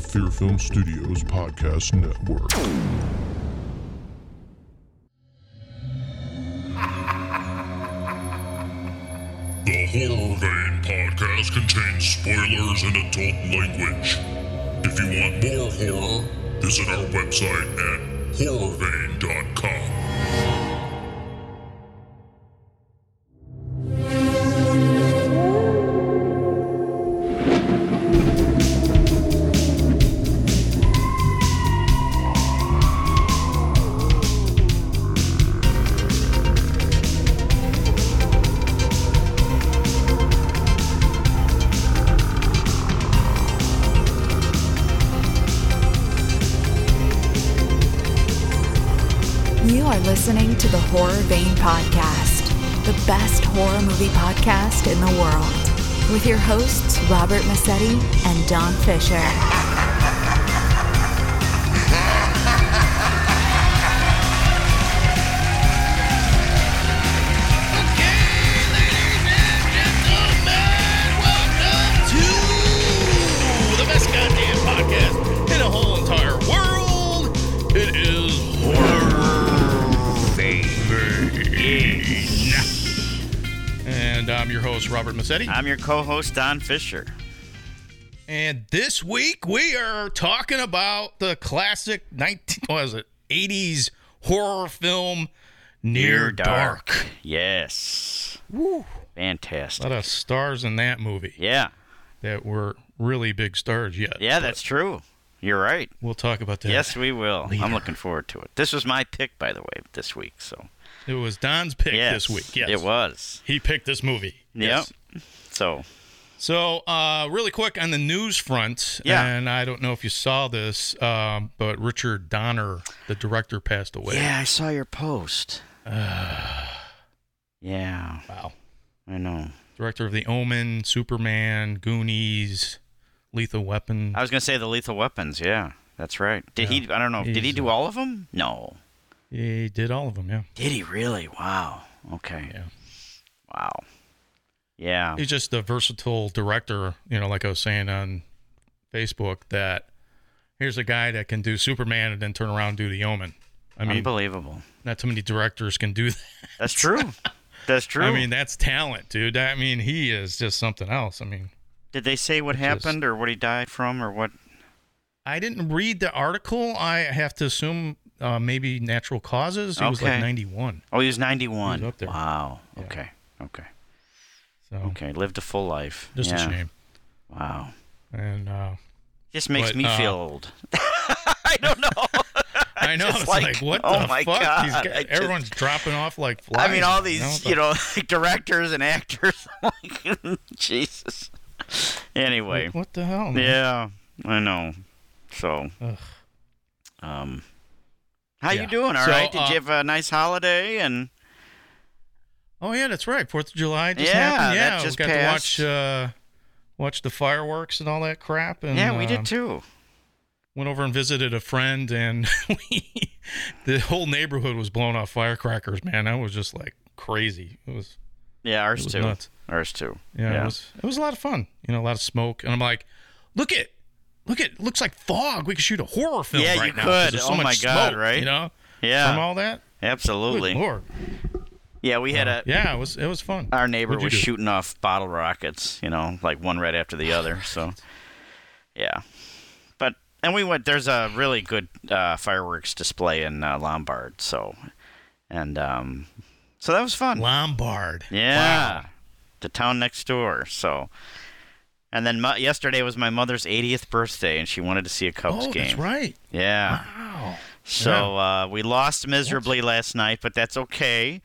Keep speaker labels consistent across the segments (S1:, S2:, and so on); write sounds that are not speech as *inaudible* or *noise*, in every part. S1: Fear Film Studios Podcast Network. *laughs* The Horror Vein podcast contains spoilers and adult language. If you want more horror, visit our website at horrorvein.com.
S2: You are listening to the Horror Vein Podcast, the best horror movie podcast in the world, with your hosts Robert Massetti and Don Fisher.
S3: to the best goddamn podcast in the whole entire world. It is horror Vein. And I'm your host, Robert Massetti.
S4: I'm your co-host Don Fisher.
S3: And this week we are talking about the classic 19 what was it? 80s horror film Near, Dark.
S4: Yes. Woo.
S3: A
S4: Fantastic.
S3: lot of stars in that movie
S4: Yeah.
S3: that were really big stars yet.
S4: Yeah, that's true. You're right.
S3: We'll talk about that.
S4: Yes, we will.
S3: Leader.
S4: I'm looking forward to it. This was my pick, by the way, this week. So
S3: It was Don's pick
S4: yes,
S3: this week. Yes.
S4: it was.
S3: He picked this movie. Yes.
S4: Yep. So
S3: So, uh, really quick on the news front,
S4: Yeah.
S3: and I don't know if you saw this, um, but Richard Donner, the director, passed away.
S4: yeah, I saw your post.
S3: Uh.
S4: yeah,
S3: Wow.
S4: I know.
S3: Director of The Omen, Superman, Goonies, Lethal Weapon.
S4: I was gonna say the Lethal Weapons. Yeah, that's right. Did he? I don't know. Did he
S3: He's,
S4: do all of them? No.
S3: he did all of them, yeah.
S4: Did he really? Wow. Okay.
S3: Yeah.
S4: Wow. Yeah.
S3: He's just a versatile director, you know, like I was saying on Facebook, that here's a guy that can do Superman and then turn around and do The Omen. I mean,
S4: Unbelievable.
S3: not too many directors can do *laughs* that.
S4: That's true. That's
S3: *laughs*
S4: true.
S3: I mean, that's talent, dude. I mean, he is just something else. I mean,
S4: did they say what
S3: It just-
S4: happened or what he died from or what?
S3: I didn't read the article. I have to assume uh, maybe natural causes. It was like
S4: Okay.
S3: 91.
S4: Oh, he was 91.
S3: He was up there.
S4: Wow. Okay. Okay.
S3: So
S4: Okay. Lived a full life.
S3: just
S4: yeah.
S3: a shame.
S4: Wow.
S3: And uh,
S4: *laughs* Just makes
S3: But,
S4: me
S3: uh,
S4: feel old. *laughs* I don't
S3: *laughs*
S4: know.
S3: I know
S4: just
S3: it's
S4: like,
S3: like, what
S4: oh
S3: the
S4: my
S3: fuck?
S4: God,
S3: These
S4: I
S3: guys-
S4: just-
S3: everyone's dropping off like flies.
S4: I mean, all
S3: you
S4: these,
S3: know?
S4: you know, *laughs* like directors and actors. *laughs* like, Jesus. Anyway.
S3: Like, what the hell? man?
S4: Yeah. I know. So.
S3: Ugh.
S4: Um. How
S3: Yeah.
S4: you doing? All right.
S3: So,
S4: Did
S3: uh,
S4: you have a nice holiday? And
S3: Oh yeah, that's right. Fourth of July just
S4: Yeah,
S3: happened. Yeah,
S4: that
S3: we
S4: just
S3: got
S4: passed.
S3: to watch uh, watch the fireworks and all that crap. And
S4: yeah, we did
S3: um,
S4: too.
S3: went over and visited a friend and *laughs* we, the whole neighborhood was blown off firecrackers man that was just like crazy it was
S4: Yeah,
S3: it
S4: ours
S3: was
S4: too.
S3: nuts.
S4: Ours too.
S3: yeah, it was it was a lot of fun you know a lot of smoke and i'm like look at look at looks like fog we could shoot a horror film
S4: Yeah, you
S3: right now 'cause
S4: could.
S3: there's so
S4: Oh
S3: much
S4: my God,
S3: smoke,
S4: right?
S3: you know
S4: Yeah,
S3: from all that Good
S4: absolutely.
S3: lord
S4: Yeah, we had a
S3: yeah it was it was fun
S4: our neighbor
S3: What'd you
S4: was
S3: do?
S4: shooting off bottle rockets, you know, like one right after the other.
S3: *laughs*
S4: So, yeah, but and we went. There's a really good uh, fireworks display in uh, Lombard. So, and um, so that was fun.
S3: lombard
S4: Yeah, the town next door. So, and then mo- yesterday was my mother's 80th birthday, and she wanted to see a Cubs
S3: oh
S4: game.
S3: that's right
S4: Yeah.
S3: wow
S4: So uh, we lost miserably last night, but that's okay.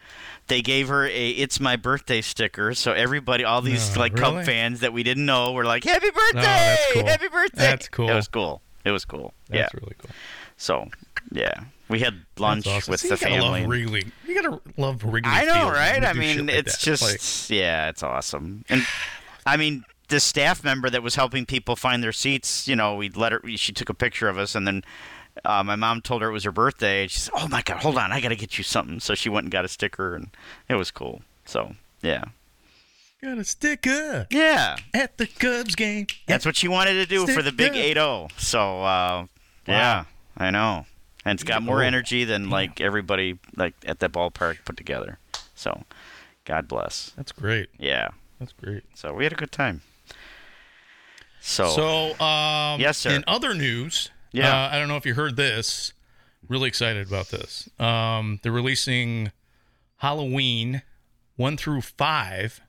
S4: They gave her a "It's my birthday" sticker, so everybody, all these
S3: No,
S4: like
S3: Oh, really? Oh,
S4: Cub fans that we didn't know, were like, "Happy birthday!
S3: that's cool.
S4: Happy birthday!"
S3: That's cool.
S4: It was cool. It was cool. yeah.
S3: that's really cool
S4: So, yeah, we had lunch
S3: That's awesome.
S4: with
S3: See,
S4: the
S3: you gotta
S4: family.
S3: Love Wrigley. You gotta love Wrigley.
S4: I know,
S3: Field when
S4: right?
S3: they
S4: I
S3: do shit
S4: mean,
S3: like
S4: it's
S3: that.
S4: just
S3: Like,
S4: yeah, it's awesome.
S3: *sighs*
S4: And I mean, the staff member that was helping people find their seats, you know, we let her. She took a picture of us, and then uh, my mom told her it was her birthday. And she said, "Oh my god, hold on, I gotta get you something." So she went and got a sticker, and it was cool. So yeah,
S3: Got a sticker
S4: Yeah.
S3: at the Cubs game.
S4: That's what she wanted to do for the big
S3: Stick,
S4: 8-0. So uh, yeah, I know, and it's got more energy than like everybody like at that ballpark put together. So God bless.
S3: That's great.
S4: Yeah.
S3: That's great.
S4: So we had a good time. So,
S3: So, um,
S4: Yes, sir.
S3: In other news,
S4: Yeah.
S3: uh, I don't know if you heard this. Really excited about this. Um, they're releasing Halloween one through five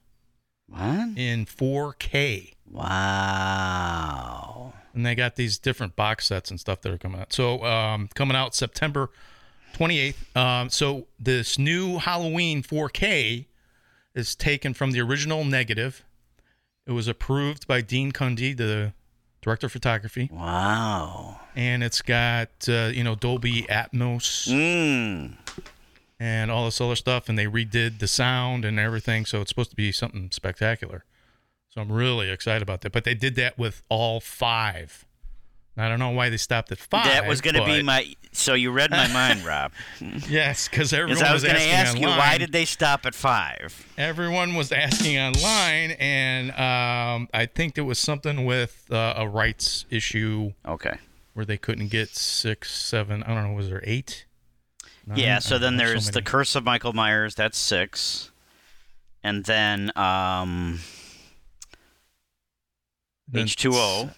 S4: what?
S3: in 4K,
S4: Wow.
S3: and they got these different box sets and stuff that are coming out. So, um, coming out September 28th. Um, so this new Halloween 4K is taken from the original negative. It was approved by Dean Cundy, the director of photography.
S4: Wow.
S3: and it's got uh, you know Dolby Atmos
S4: Mm.
S3: and all this other stuff, and they redid the sound and everything, so it's supposed to be something spectacular. So I'm really excited about that. But they did that with all five. And I don't know why they stopped at five.
S4: That was going to be
S3: but-
S4: my. So you read my
S3: *laughs*
S4: mind, Rob.
S3: yes, because everyone
S4: Because
S3: was,
S4: I was going to
S3: asking
S4: ask you
S3: online.
S4: why did they stop at five?
S3: everyone was asking online, and um, I think there was something with uh, a rights issue
S4: Okay.
S3: where they couldn't get six, seven. I don't know. Was there eight?
S4: Yeah,
S3: Nine? I
S4: so
S3: don't
S4: then
S3: know,
S4: there's The
S3: many.
S4: Curse of Michael Myers, that's six. And then um
S3: Then
S4: H2O.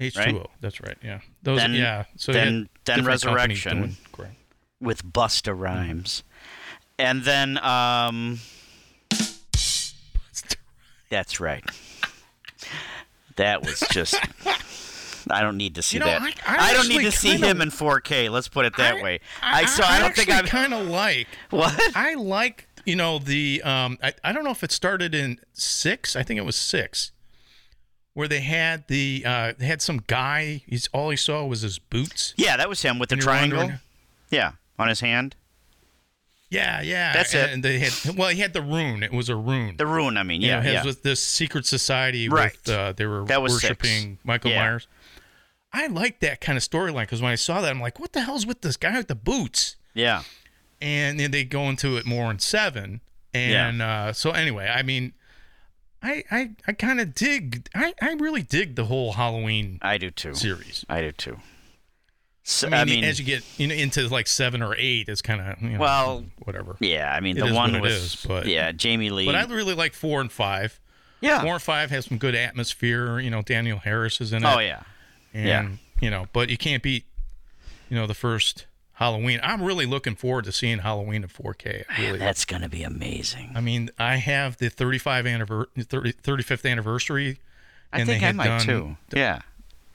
S3: H2O. That's right. Yeah. Those.
S4: Then-
S3: yeah. So
S4: then-
S3: you had
S4: then
S3: different companies
S4: Resurrection.
S3: doing great.
S4: with Busta Rhymes. And then um That's right. That was just I don't need to see
S3: You know,
S4: that.
S3: I- I
S4: don't need
S3: actually
S4: to see
S3: kinda-
S4: him in 4K. Let's put it that way. I, so I, don't think
S3: actually
S4: I'm
S3: kind of like.
S4: *laughs* what?
S3: I like you know the um. I, I don't know if it started in six. I think it was six, where they had the uh they had some guy. He's all he saw was his boots.
S4: Yeah, that was him with the
S3: You're
S4: triangle.
S3: wondering-
S4: Yeah, on his hand.
S3: Yeah, yeah.
S4: That's
S3: and,
S4: it.
S3: And they had well, he had the rune. It was a rune.
S4: The rune, I mean.
S3: You know,
S4: Yeah,
S3: his-
S4: yeah.
S3: with this secret society
S4: Right.
S3: with uh, they were
S4: That was six.
S3: worshiping Michael
S4: Yeah.
S3: Myers. I like that kind of storyline because when I saw that, I'm like, what the hell's with this guy with the boots?
S4: yeah.
S3: And then they go into it more in seven. And uh, so anyway, I mean, I I, I kind of dig. I, I really dig the whole Halloween
S4: I do too.
S3: series.
S4: I do too. So,
S3: I mean, as you get you know into like seven or eight, it's kind of you know,
S4: Well,
S3: whatever.
S4: yeah, I mean
S3: it
S4: the
S3: is
S4: one
S3: what it
S4: was
S3: is, but-
S4: yeah, Jamie Lee.
S3: But I really like four and five.
S4: yeah.
S3: Four and five has some good atmosphere. You know, Daniel Harris is in it.
S4: oh yeah.
S3: and
S4: Yeah.
S3: you know, but you can't beat you know the first Halloween. I'm really looking forward to seeing Halloween in 4K. I Really,
S4: That's going to be amazing.
S3: I mean, I have the 35 anniver- 30, 35th anniversary.
S4: I
S3: and they
S4: think I
S3: had
S4: might
S3: done-
S4: too. yeah.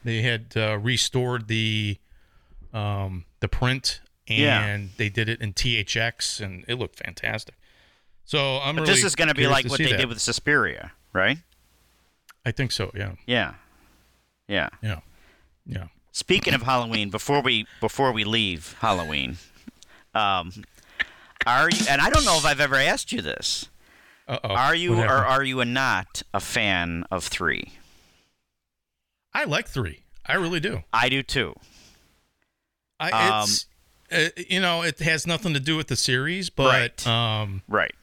S3: They had uh, restored the um, the print, and
S4: Yeah.
S3: they did it in THX, and it looked fantastic. So I'm
S4: But
S3: really
S4: this is going to be
S3: curious
S4: like
S3: to
S4: what
S3: see
S4: they
S3: that.
S4: did with Suspiria, right?
S3: I think so. Yeah,
S4: Yeah. Yeah.
S3: yeah, yeah.
S4: Speaking of Halloween, before we before we leave Halloween, um, are you? And I don't know if I've ever asked you this.
S3: Uh oh.
S4: Are you or are you not a fan of three?
S3: I like three. I really do.
S4: I do too.
S3: I,
S4: Um,
S3: it's uh, you know it has nothing to do with the series, but
S4: Right.
S3: um,
S4: Right.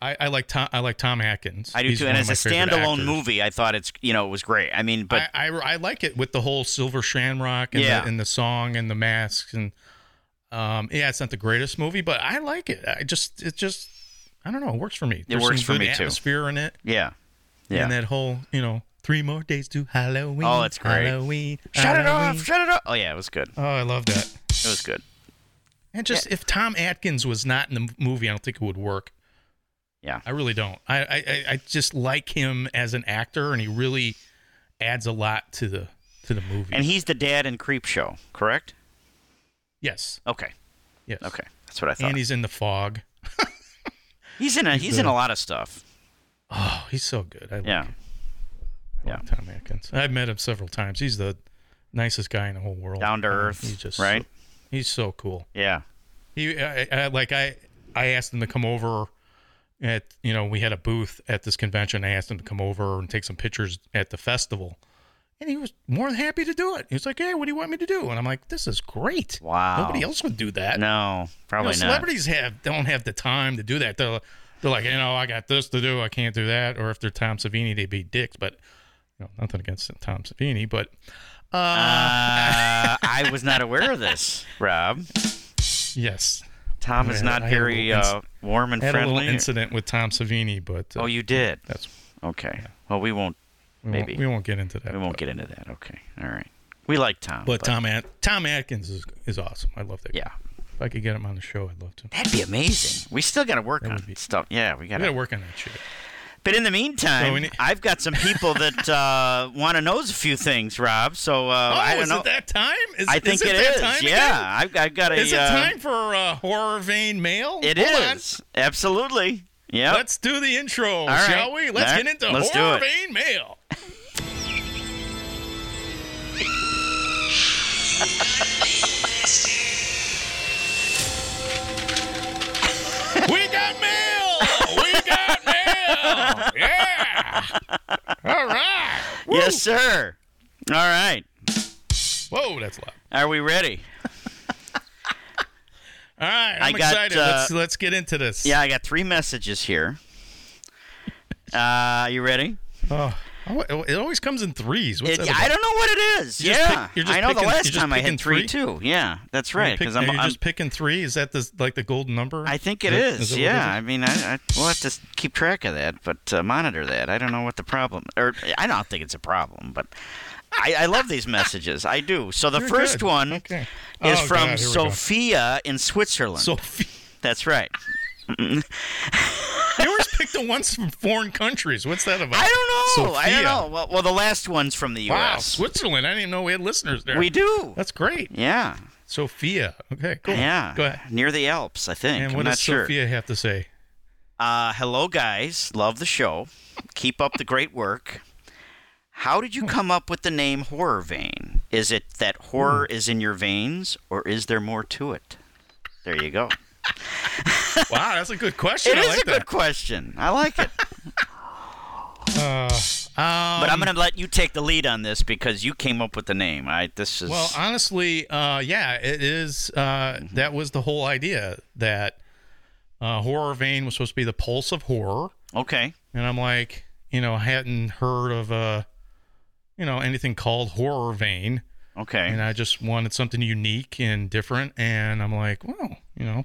S3: I, I like Tom. I like Tom Atkins.
S4: I do
S3: He's
S4: too.
S3: one
S4: And
S3: of
S4: as a
S3: my favorite
S4: standalone
S3: actors.
S4: movie, I thought it's you know it was great. I mean, but
S3: I, I, I like it with the whole Silver Shamrock and,
S4: Yeah.
S3: the, and the song and the masks and um, yeah, it's not the greatest movie, but I like it. I just it just I don't know. It works for me. There's
S4: works
S3: some
S4: for
S3: good
S4: me, too.
S3: atmosphere in it,
S4: yeah, yeah.
S3: and that whole you know three more days to Halloween.
S4: Oh, it's great.
S3: Halloween.
S4: shut it off!
S3: Halloween.
S4: Shut it off! Oh yeah, it was good.
S3: Oh, I love that.
S4: It was good.
S3: And just if Tom Atkins was not in the movie, I don't think it would work.
S4: Yeah.
S3: I really don't. I, I, I- I just like him as an actor, and he really adds a lot to the to the movie.
S4: And he's the dad in Creep Show, correct?
S3: yes,
S4: Okay,
S3: yes,
S4: okay, that's what I thought.
S3: And
S4: He's,
S3: he's in the fog.
S4: in a he's in a lot of stuff.
S3: Oh, he's so good. I like
S4: Yeah,
S3: him. I
S4: yeah.
S3: like Tom Atkins. I've met him several times. He's the nicest guy in the whole world.
S4: Down to
S3: I mean,
S4: earth,
S3: He's just
S4: right?
S3: he's so cool.
S4: Yeah,
S3: He I, I, like I I asked him to come over at you know we had a booth at this convention. I asked him to come over and take some pictures at the festival, and he was more than happy to do it. He was like, "Hey, what do you want me to do?" And I'm like, "This is great.
S4: Wow.
S3: nobody else would do that. You know,
S4: no, probably not.
S3: celebrities have don't have the time to do that. They're like, they're like, you know, I got this to do, I can't do that. Or if they're Tom Savini, they'd be dicks. But you know, nothing against Tom Savini, but
S4: Uh, I was not aware of this, Rob.
S3: yes,
S4: Tom is
S3: Yeah,
S4: not
S3: I had a
S4: very
S3: little
S4: uh, warm and
S3: I had a little
S4: friendly.
S3: incident with Tom Savini, but uh,
S4: Oh, you did.
S3: that's
S4: Okay. Well, we won't.
S3: we
S4: maybe.
S3: won't, we won't get into that.
S4: We won't
S3: but,
S4: get into that. Okay. All right. We like Tom.
S3: But Tom At- Tom Atkins is, is awesome. I love that. guy.
S4: Yeah.
S3: If I could get him on the show, I'd love to.
S4: That'd be amazing. We still got to work on
S3: would be-
S4: stuff. Yeah, we got
S3: I gotta
S4: to.
S3: work on that shit.
S4: But in the meantime,
S3: So we need-
S4: I've got some
S3: *laughs*
S4: people that uh, want to know a few things, Rob. So uh,
S3: Oh,
S4: I don't
S3: is
S4: know.
S3: it that time? Is,
S4: I think
S3: is it, that
S4: is.
S3: Time
S4: yeah,
S3: again?
S4: I've, I've got a.
S3: Is it
S4: uh,
S3: time for uh, horror vein mail?
S4: It
S3: Hold on.
S4: is. Absolutely. Yeah.
S3: Let's do the intro,
S4: right.
S3: shall we? Let's
S4: All
S3: get
S4: right,
S3: into
S4: let's do
S3: horror vein
S4: it.
S3: mail. we got mail. We got mail. Yeah. All right.
S4: Yes, sir. All right.
S3: Whoa, that's loud.
S4: Are we ready?
S3: All right, I'm
S4: I got,
S3: excited.
S4: uh,
S3: let's let's get into this.
S4: Yeah, I got three messages here. Uh, you ready?
S3: Oh, oh, it always comes in threes. What's
S4: It,
S3: that
S4: I
S3: about?
S4: don't know what it is.
S3: You're just
S4: yeah,
S3: pick- you're just
S4: I know
S3: picking-
S4: the
S3: you're
S4: last
S3: just
S4: time I
S3: picking
S4: hit three,
S3: three?
S4: too. Yeah, that's
S3: You're
S4: right.
S3: pick-
S4: Because I'm,
S3: you're
S4: I'm
S3: just picking three. Is that the like the golden number?
S4: I think it
S3: Is that-
S4: is.
S3: that what
S4: yeah, I mean, I, I we'll have to s- keep track of that, but uh, monitor that. I don't know what the problem, or I don't think it's a problem, but I, I love these messages. I do. So the
S3: Very
S4: first
S3: good.
S4: one
S3: Okay.
S4: is
S3: Oh,
S4: from
S3: God, here we go.
S4: Sophia in Switzerland.
S3: Sophie,
S4: that's right.
S3: you always pick the ones from foreign countries. What's that about?
S4: I don't know. I
S3: Sophia.
S4: don't know. Well, well, the last one's from the
S3: Wow,
S4: U.S.
S3: Switzerland. I didn't even know we had listeners there.
S4: We do.
S3: That's great.
S4: Yeah.
S3: Sophia. Okay, cool.
S4: Yeah.
S3: Go ahead.
S4: Near the Alps, I think.
S3: And
S4: I'm
S3: what
S4: not
S3: does
S4: sure.
S3: Sophia have to say?
S4: Uh, hello, guys. Love the show. Keep up the great work. How did you come up with the name Horror Vein? Is it that horror is in your veins, or is there more to it? There you go.
S3: Wow, that's a
S4: *laughs*
S3: good question.
S4: It
S3: I
S4: is
S3: like
S4: a good question. I like *laughs* it.
S3: that. Um,
S4: but I'm going to let you take the lead on this because you came up with the name. I this is
S3: Well, honestly, uh, yeah, it is. Uh,
S4: Mm-hmm.
S3: That was the whole idea that uh, horror vein was supposed to be the pulse of horror,
S4: okay.
S3: and I'm like, you know, I hadn't heard of uh, you know, anything called horror vein,
S4: Okay.
S3: and I just wanted something unique and different, and I'm like, well, you know,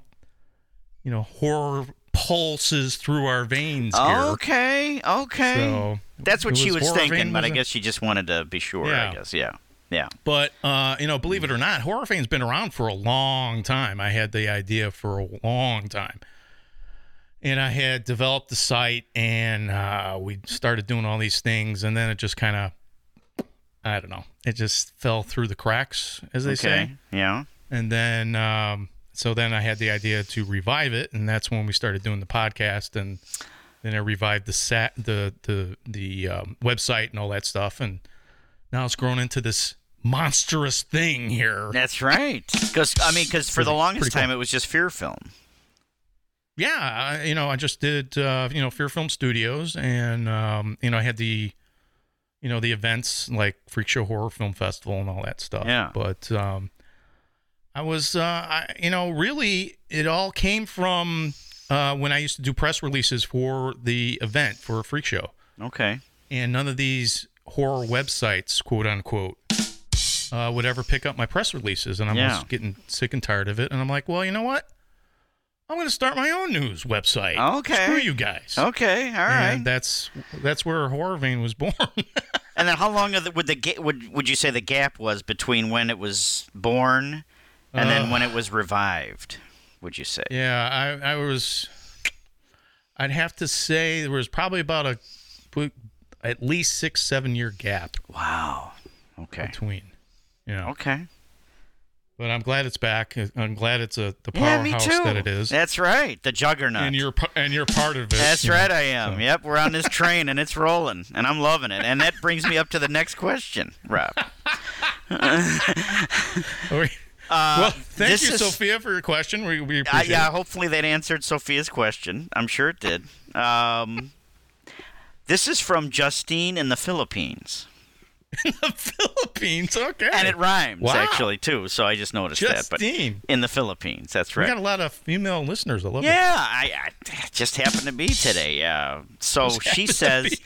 S3: you know, horror pulses through our veins here.
S4: okay. Okay.
S3: So,
S4: That's what
S3: it
S4: she was,
S3: horror
S4: thinking,
S3: vein
S4: but I
S3: was a-
S4: guess she just wanted to be sure. I
S3: Yeah.
S4: guess. Yeah. Yeah.
S3: But uh, you know, believe it or not, horror fame's been around for a long time. I had the idea for a long time, and I had developed the site, and uh, we started doing all these things, and then it just kind of, I don't know, it just fell through the cracks, as they say.
S4: Okay. Yeah.
S3: And then, um, so then I had the idea to revive it, and that's when we started doing the podcast, and then I revived the sat, the the the um, website and all that stuff, and now it's grown into this monstrous thing here.
S4: That's right. Because I mean, because for the
S3: Pretty-
S4: longest
S3: pretty cool.
S4: time it was just fear film.
S3: Yeah, I, you know, I just did uh, you know Fear Film Studios, and um, you know I had the you know the events like Freak Show Horror Film Festival and all that stuff.
S4: Yeah.
S3: but um, I was uh, I, you know really it all came from uh, when I used to do press releases for the event for a freak show,
S4: Okay.
S3: and none of these horror websites, quote unquote. Uh, would ever pick up my press releases, and I'm
S4: Yeah.
S3: just getting sick and tired of it. And I'm like, well, you know what? I'm going to start my own news website.
S4: Okay.
S3: Screw you guys.
S4: Okay. All right.
S3: And that's that's where Horror Vein was born. *laughs*
S4: and then how long of the, would the ga- would would you say the gap was between when it was born and then when it was revived? Would you say?
S3: Uh. yeah, I I was. I'd have to say there was probably about a at least six seven year gap
S4: Wow. Okay.
S3: between. You know,
S4: Okay.
S3: but I'm glad it's back. I'm glad it's a the
S4: Yeah, me
S3: powerhouse
S4: too.
S3: that it is,
S4: That's right. The juggernaut.
S3: and you're pa- and you're part of it.
S4: That's
S3: you know. *laughs*
S4: right, I am.
S3: so.
S4: Yep, we're on this train and it's rolling, and I'm loving it. And that brings me up to the next question, Rob.
S3: *laughs* All right. *laughs* well, thank
S4: Uh, this
S3: you,
S4: is-
S3: Sophia, for your question. We, we
S4: Uh,
S3: appreciate
S4: yeah,
S3: it.
S4: hopefully that answered Sophia's question. I'm sure it did. Um, this is from Justine in the Philippines.
S3: in the *laughs* Philippines. Okay.
S4: And it rhymes
S3: Wow.
S4: actually too. So I just noticed that. But
S3: Justine.
S4: in the Philippines, that's
S3: We
S4: right.
S3: got a lot of female listeners. I love it.
S4: Yeah, I, I it just happened to be today. Uh,
S3: *laughs*
S4: so she says,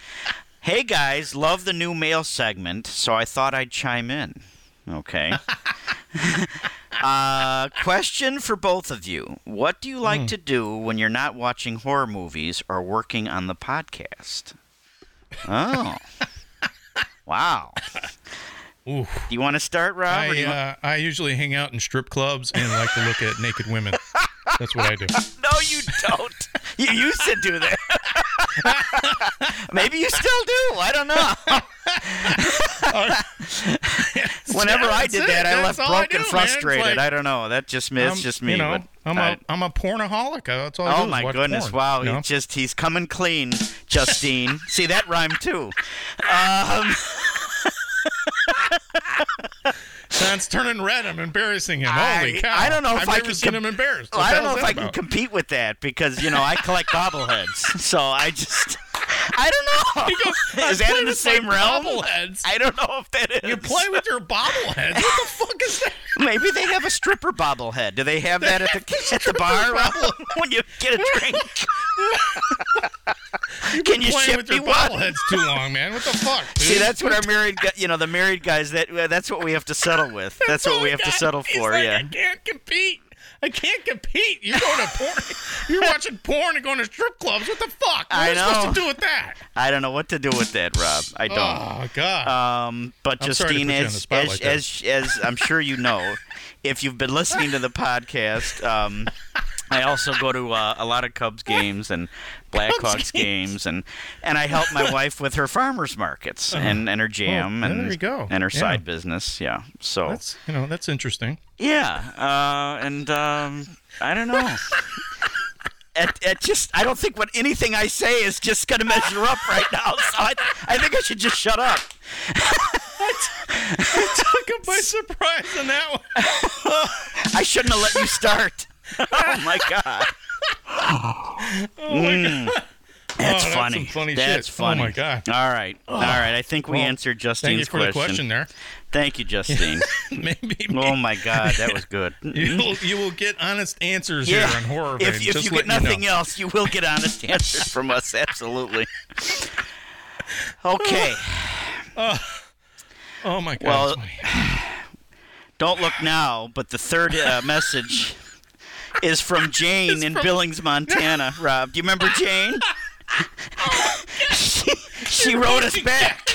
S4: "Hey guys, love the new mail segment, so I thought I'd chime in."
S3: *laughs*
S4: Okay. *laughs* uh, question for both of you: What do you
S3: Hmm.
S4: like to do when you're not watching horror movies or working on the podcast?
S3: *laughs*
S4: Oh, wow.
S3: Ooh.
S4: Do you want to start, Rob? or do
S3: I,
S4: you
S3: uh, I usually hang out in strip clubs and like to
S4: *laughs*
S3: look at naked women. That's what I do.
S4: No, you don't. *laughs* you used to do that. *laughs* Maybe you still do. I
S3: *laughs*
S4: don't know. *laughs* Whenever I
S3: That's
S4: did
S3: it.
S4: that, I
S3: That's
S4: left
S3: all I
S4: broke and
S3: do, man. It's
S4: frustrated.
S3: like-
S4: I don't know. That just me. It's
S3: I'm-
S4: just me.
S3: You know,
S4: but
S3: I'm
S4: I-
S3: a I'm a pornaholic. That's all I do
S4: Oh
S3: is
S4: my
S3: watch
S4: goodness!
S3: porn,
S4: wow,
S3: you know?
S4: he just he's coming clean,
S3: *laughs*
S4: Justine. See that rhymed too.
S3: Son's turning red. I'm embarrassing him. Holy
S4: I-
S3: cow!
S4: I don't know if
S3: I've
S4: I
S3: never
S4: can
S3: seen
S4: com-
S3: him embarrassed.
S4: Well,
S3: What
S4: I
S3: the
S4: don't know
S3: hell's
S4: if
S3: that
S4: I can
S3: about?
S4: compete with that because you know I collect
S3: *laughs*
S4: bobbleheads, so I just *laughs* I don't know.
S3: He goes,
S4: is
S3: "I
S4: that
S3: play
S4: in the
S3: with
S4: same
S3: my
S4: realm?
S3: bobbleheads."
S4: I don't know if that is.
S3: You play with your bobbleheads. What the fuck is that?
S4: Maybe they have a stripper bobblehead. Do they have that at
S3: *laughs*
S4: the at the bar Rob, *laughs* when you get a drink? Can you
S3: Playing
S4: ship
S3: with
S4: me
S3: your
S4: one?
S3: bobbleheads too long, man. What the fuck? Dude?
S4: See, that's
S3: *laughs*
S4: what our married, gu- you know, the married guys. That uh, that's what we have to settle with. That's,
S3: all
S4: what we
S3: I
S4: have to
S3: got.
S4: settle
S3: He's
S4: for.
S3: like,
S4: yeah.
S3: I can't compete. I can't compete. You're going to porn. *laughs* You're watching porn and going to strip clubs. What the fuck? What
S4: I
S3: am I
S4: know.
S3: supposed to do with that?
S4: I don't know what to do with that, Rob. I don't.
S3: Oh god.
S4: Um, but
S3: I'm sorry to
S4: Justine,
S3: put you on the
S4: as,
S3: spot
S4: as,
S3: like that.
S4: as as I'm sure
S3: *laughs*
S4: you know, if you've been listening to the podcast, um, I also go to uh, a lot of Cubs games and Blackhawks games. and and I help my wife with her farmers markets and, and her jam
S3: well, Uh-huh.
S4: and
S3: Oh, there you go.
S4: and her
S3: Yeah.
S4: side business. Yeah, so
S3: that's you know that's interesting.
S4: yeah, uh, and um, I
S3: *laughs*
S4: don't know. It, it just I don't think what anything I say is just gonna measure up right now. So I, I think I should just shut up.
S3: Took him by surprise on that
S4: *laughs*
S3: one.
S4: I shouldn't have let you start. *laughs* oh my god. Mm. That's
S3: Oh, that's
S4: funny.
S3: some funny
S4: That's
S3: shit. Oh,
S4: funny.
S3: my God.
S4: All right. All right. I think we
S3: Well,
S4: answered
S3: Thank you
S4: Justine's
S3: for the question
S4: question.
S3: there. *laughs*
S4: Thank you, Justine.
S3: Maybe
S4: *laughs* oh my god, that was good.
S3: *laughs* you
S4: *laughs*
S3: will you will get honest answers here on horror.
S4: If,
S3: Vein,
S4: if
S3: just
S4: you get
S3: letting know.
S4: nothing else, you will
S3: *laughs*
S4: get honest answers from us. Absolutely. Okay.
S3: Oh my god.
S4: Well-
S3: that's funny.
S4: Don't look now, but the third uh, message
S3: *laughs*
S4: is from Jane in Billings, Montana. Rob, do you remember
S3: *laughs*
S4: Jane?
S3: Oh,
S4: *laughs* she, she wrote us back.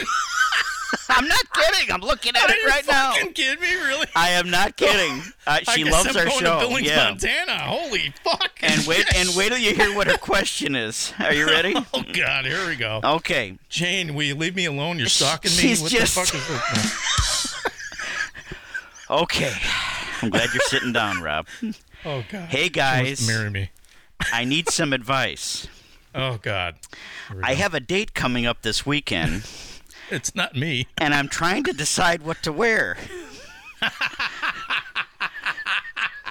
S4: I'm not kidding. I'm looking at
S3: *laughs* Are
S4: it
S3: you
S4: right now.
S3: fucking kidding me? Really?
S4: I am not kidding.
S3: *laughs*
S4: Uh,
S3: I
S4: she
S3: guess
S4: loves
S3: I'm
S4: our
S3: going
S4: show.
S3: To Billings,
S4: yeah.
S3: Montana. Holy fuck. *laughs*
S4: And wait
S3: Yes.
S4: and wait till you hear what
S3: *laughs*
S4: her question is. Are you ready?
S3: Oh god, here we go.
S4: Okay.
S3: Jane, will you leave me alone? You're stalking me.
S4: She's
S3: what
S4: just-
S3: the fuck is
S4: *laughs*
S3: this?
S4: Okay. I'm glad you're sitting
S3: *laughs*
S4: down, Rob.
S3: Oh god. She wants
S4: Hey
S3: to
S4: guys,
S3: marry me.
S4: I need some advice.
S3: Oh god.
S4: I have a date coming up this weekend.
S3: *laughs* It's not me.
S4: and I'm trying to decide what
S3: *laughs*
S4: to wear.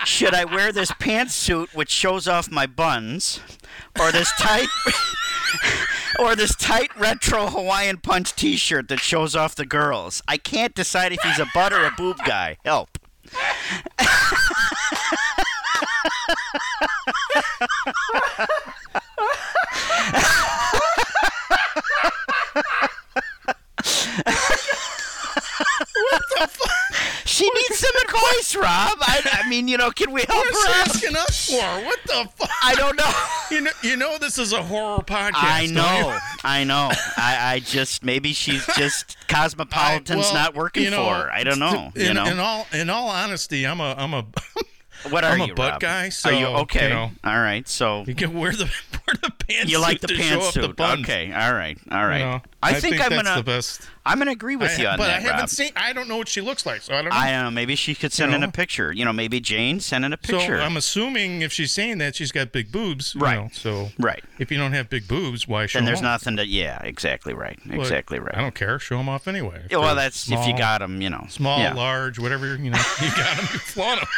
S4: Should I wear this pantsuit which shows off my buns or this tight *laughs* or this tight retro Hawaiian punch t-shirt that shows off the girls? I can't decide if he's a butt or a boob guy. Help. She needs some advice, Rob. I, I mean, you know, can we help
S3: What's she
S4: her out?
S3: asking us for? What the fuck?
S4: I don't know.
S3: You know, you know this is a horror podcast.
S4: I
S3: don't
S4: know.
S3: you?
S4: *laughs* I know. I, I just maybe she's
S3: *laughs*
S4: just cosmopolitan's
S3: well,
S4: not working
S3: you know,
S4: for her. I don't know.
S3: In,
S4: you know
S3: in all in all honesty, I'm a I'm a *laughs*
S4: what are
S3: I'm a
S4: you,
S3: butt
S4: Rob?
S3: guy, so,
S4: are you okay?
S3: you know.
S4: all right. So
S3: you can wear the *laughs* wear the pants.
S4: you like the
S3: to show off the
S4: pantsuit?
S3: buns,
S4: okay. All right. All right.
S3: you know.
S4: I, think, I'm
S3: that's
S4: gonna
S3: the best.
S4: I'm gonna agree with
S3: I,
S4: you on
S3: but
S4: that,
S3: I haven't
S4: Rob.
S3: seen. I don't know what she looks like, so I don't know.
S4: I don't know. Maybe she could send in
S3: know.
S4: a picture. You know, maybe Jane send in a
S3: so
S4: picture.
S3: I'm assuming if she's saying that she's got big boobs, you
S4: Right.
S3: know, so
S4: Right.
S3: If you don't have big boobs, why show
S4: then there's
S3: them off?
S4: nothing to. Yeah. Exactly right.
S3: But
S4: exactly right.
S3: I don't care. Show them off anyway. If
S4: Yeah, well,
S3: they're
S4: that's if you
S3: small-
S4: got them. You know.
S3: small,
S4: yeah.
S3: large, whatever you know, you got them, you flaunt them.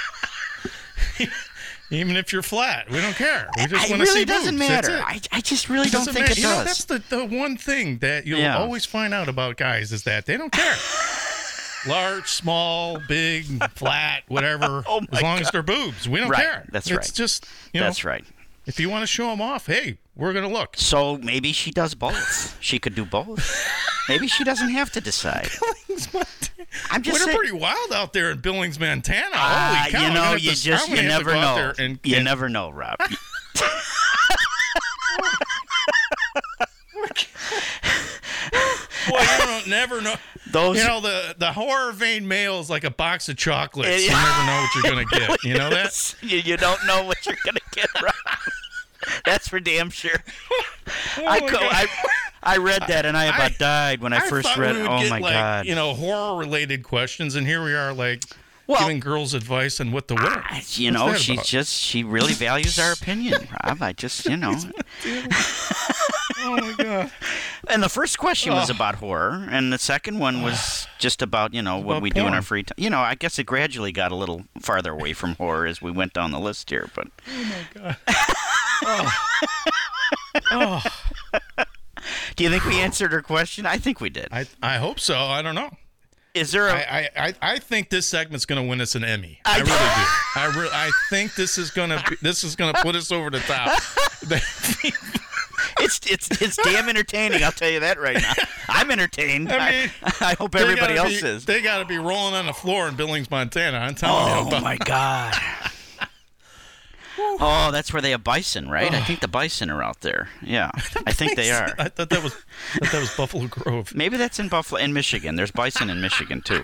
S3: *laughs* Even if you're flat, we don't care. We just
S4: It
S3: want to
S4: really
S3: see
S4: doesn't
S3: boobs. That's
S4: matter.
S3: it.
S4: I, I just really don't
S3: Doesn't
S4: think
S3: matter.
S4: it
S3: You know,
S4: does.
S3: that's the, the one thing that you'll
S4: Yeah.
S3: always find out about guys is that they don't care.
S4: *laughs*
S3: Large, small, big, flat, whatever.
S4: *laughs* Oh my
S3: as long as they're boobs, we don't
S4: Right.
S3: care.
S4: That's
S3: it's
S4: right.
S3: just you know,
S4: That's right.
S3: if you want to show them off, hey, we're gonna
S4: *laughs*
S3: look.
S4: So maybe she does both. she could do both. Maybe she doesn't have to decide. I'm just
S3: We're
S4: saying.
S3: pretty wild out there in Billings, Montana.
S4: Ah,
S3: Holy cow! I'm
S4: you
S3: gonna
S4: know,
S3: have
S4: you
S3: to-
S4: just
S3: I'm gonna
S4: you
S3: have to
S4: never
S3: go out
S4: know.
S3: there and-
S4: you
S3: and-
S4: never know, Rob.
S3: *laughs* Well,
S4: *laughs*
S3: you don't never know.
S4: *laughs* Those
S3: You know the the horror vein male is like a box of chocolates. You
S4: It-
S3: never know what you're gonna
S4: *laughs*
S3: get. You know that?
S4: Yes, you, you don't know what you're gonna get Rob. That's for damn sure. I,
S3: Oh my
S4: co-
S3: God.
S4: I I read that and I about
S3: I-
S4: died when I, first
S3: thought
S4: read.
S3: we
S4: it.
S3: would
S4: Oh
S3: get,
S4: my
S3: like,
S4: god!
S3: You know, horror related questions, and here we are, like
S4: Well-
S3: giving girls advice on what to wear.
S4: I- you
S3: What's
S4: know,
S3: that
S4: she
S3: about?
S4: just she really values our opinion, Rob. I just you
S3: *laughs*
S4: know.
S3: Oh my god!
S4: And the first question
S3: Oh.
S4: was about horror, and the second one
S3: *sighs*
S4: was just about you know what
S3: about
S4: we do in
S3: porn.
S4: our free time. You know, I guess it gradually got a little farther away from horror as we went down the list here, but. *laughs*
S3: Oh,
S4: Do you think we answered her question? I think we did.
S3: I I hope so. I don't know.
S4: Is there a
S3: I I, I, I think this segment's going to win us an Emmy. I, really do. I re- I think this is going to this is going to put us over the
S4: *laughs*
S3: top.
S4: *laughs* it's it's it's damn entertaining. I'll tell you that
S3: *laughs*
S4: right now. I'm entertained.
S3: I
S4: I,
S3: mean,
S4: *laughs* I hope
S3: They
S4: everybody
S3: gotta
S4: else
S3: be,
S4: is.
S3: They got to be rolling on the floor in Billings, Montana. I'm telling you.
S4: Oh my god. *laughs* Oh, that's where they have bison, right? I think the bison are out there.
S3: *laughs*
S4: Yeah, I think they are.
S3: I thought that was I thought that was Buffalo Grove.
S4: Maybe that's in Buffalo, in Michigan. There's bison in Michigan
S3: *laughs*
S4: too.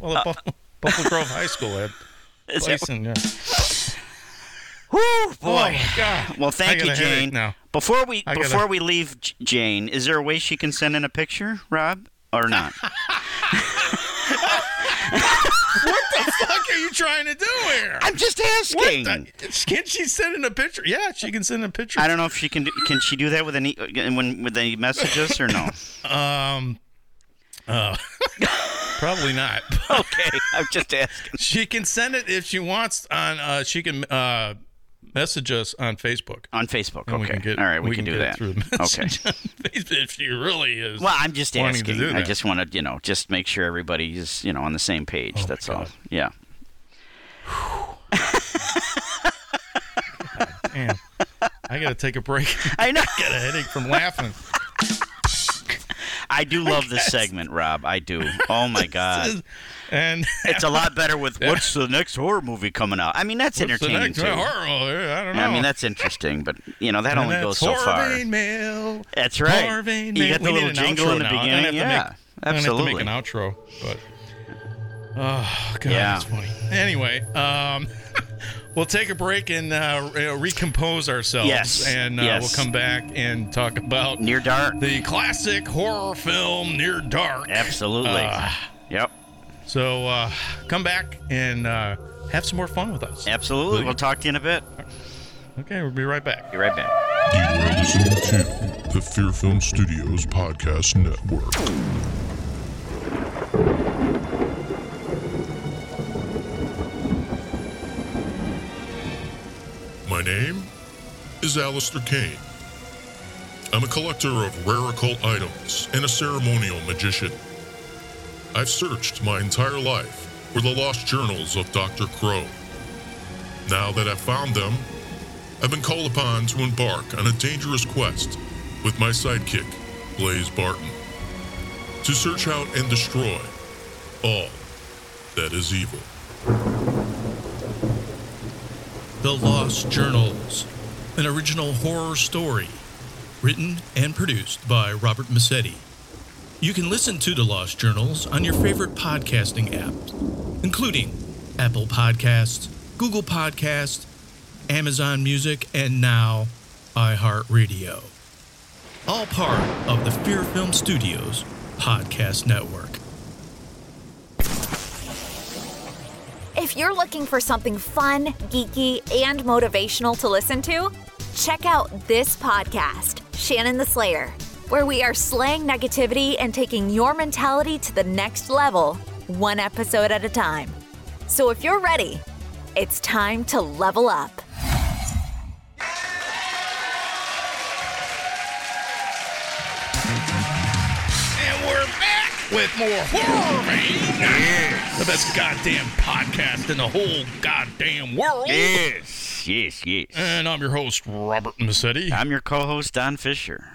S3: Well, the Buffalo, Buffalo Grove High School had
S4: Uh. *laughs* Is that-
S3: bison. Yeah.
S4: Whew,
S3: Oh
S4: boy.
S3: my God.
S4: Well,
S3: I
S4: thank
S3: got
S4: you,
S3: a headache
S4: Jane.
S3: Now.
S4: Before we
S3: I gotta-
S4: before we leave, J- Jane, is there a way she can send in a picture, Rob,
S3: *laughs*
S4: or not?
S3: fuck are you trying to do here?
S4: I'm just asking.
S3: Can she send in a picture? Yeah, she can send a picture.
S4: *laughs* I don't know if she can. Do, can she do that with any uh, when with any messages
S3: *laughs*
S4: or no?
S3: Um, uh, probably
S4: *laughs*
S3: not.
S4: okay, I'm just asking.
S3: she can send it if she wants. On uh, she can uh, message us on Facebook.
S4: On Facebook,
S3: And
S4: okay.
S3: we can get-
S4: All right, we,
S3: we
S4: can,
S3: can
S4: do
S3: get
S4: that.
S3: through the *laughs* message
S4: okay.
S3: if she really is.
S4: Well, I'm just
S3: Wanting to
S4: asking.
S3: do
S4: I
S3: that.
S4: just want to, you know, just make sure everybody's, you know, on the same page.
S3: Oh my
S4: That's all.
S3: God.
S4: Yeah.
S3: Damn. I gotta take a break. *laughs*
S4: I know.
S3: Got a headache from laughing.
S4: I do love this segment, Rob. I do.
S3: *laughs*
S4: Oh my god,
S3: And
S4: it's a lot better with what's the next horror movie coming out. I mean, that's
S3: What's the *laughs*
S4: entertaining
S3: next
S4: too.
S3: horror? I don't know.
S4: I mean, that's interesting, but you know, that
S3: And
S4: only
S3: that's
S4: goes so
S3: horror
S4: far.
S3: vein mail.
S4: That's right.
S3: Horror vein
S4: you
S3: mail.
S4: got the
S3: We need
S4: little
S3: an
S4: jingle
S3: outro
S4: in the
S3: now. I'm gonna
S4: beginning.
S3: have to
S4: Yeah,
S3: make-
S4: absolutely.
S3: I'm gonna have to make an outro, but oh god,
S4: Yeah.
S3: that's funny. Anyway, um, *laughs* we'll take a break and uh, re- recompose ourselves.
S4: Yes.
S3: and uh,
S4: Yes.
S3: we'll come back and talk about *laughs*
S4: Near dark.
S3: the classic horror film Near Dark.
S4: Absolutely.
S3: Uh,
S4: yep.
S3: So uh, come back and uh, have some more fun with us.
S4: Absolutely. We'll talk to you in a bit.
S3: Okay, we'll be right back.
S4: Be right back.
S1: You are listening to the Fear Film Studios Podcast Network. My name is Alistair Kane. I'm a collector of rare occult items and a ceremonial magician. I've searched my entire life for the lost journals of Dr. Crow. Now that I've found them, I've been called upon to embark on a dangerous quest with my sidekick, Blaze Barton, to search out and destroy all that is evil.
S5: The Lost Journals, an original horror story, written and produced by Robert Massetti. You can listen to The Lost Journals on your favorite podcasting app, including Apple Podcasts, Google Podcasts, Amazon Music, and now iHeartRadio. All part of the Fear Film Studios Podcast Network.
S6: If you're looking for something fun, geeky, and motivational to listen to, check out this podcast, Shannon the Slayer, where we are slaying negativity and taking your mentality to the next level, one episode at a time. So if you're ready, It's time to level up.
S3: And we're back with more horror, man. The best goddamn podcast in the whole goddamn world.
S4: Yes, yes, yes.
S3: And I'm your host, Robert Massetti.
S4: I'm your co-host Don Fisher.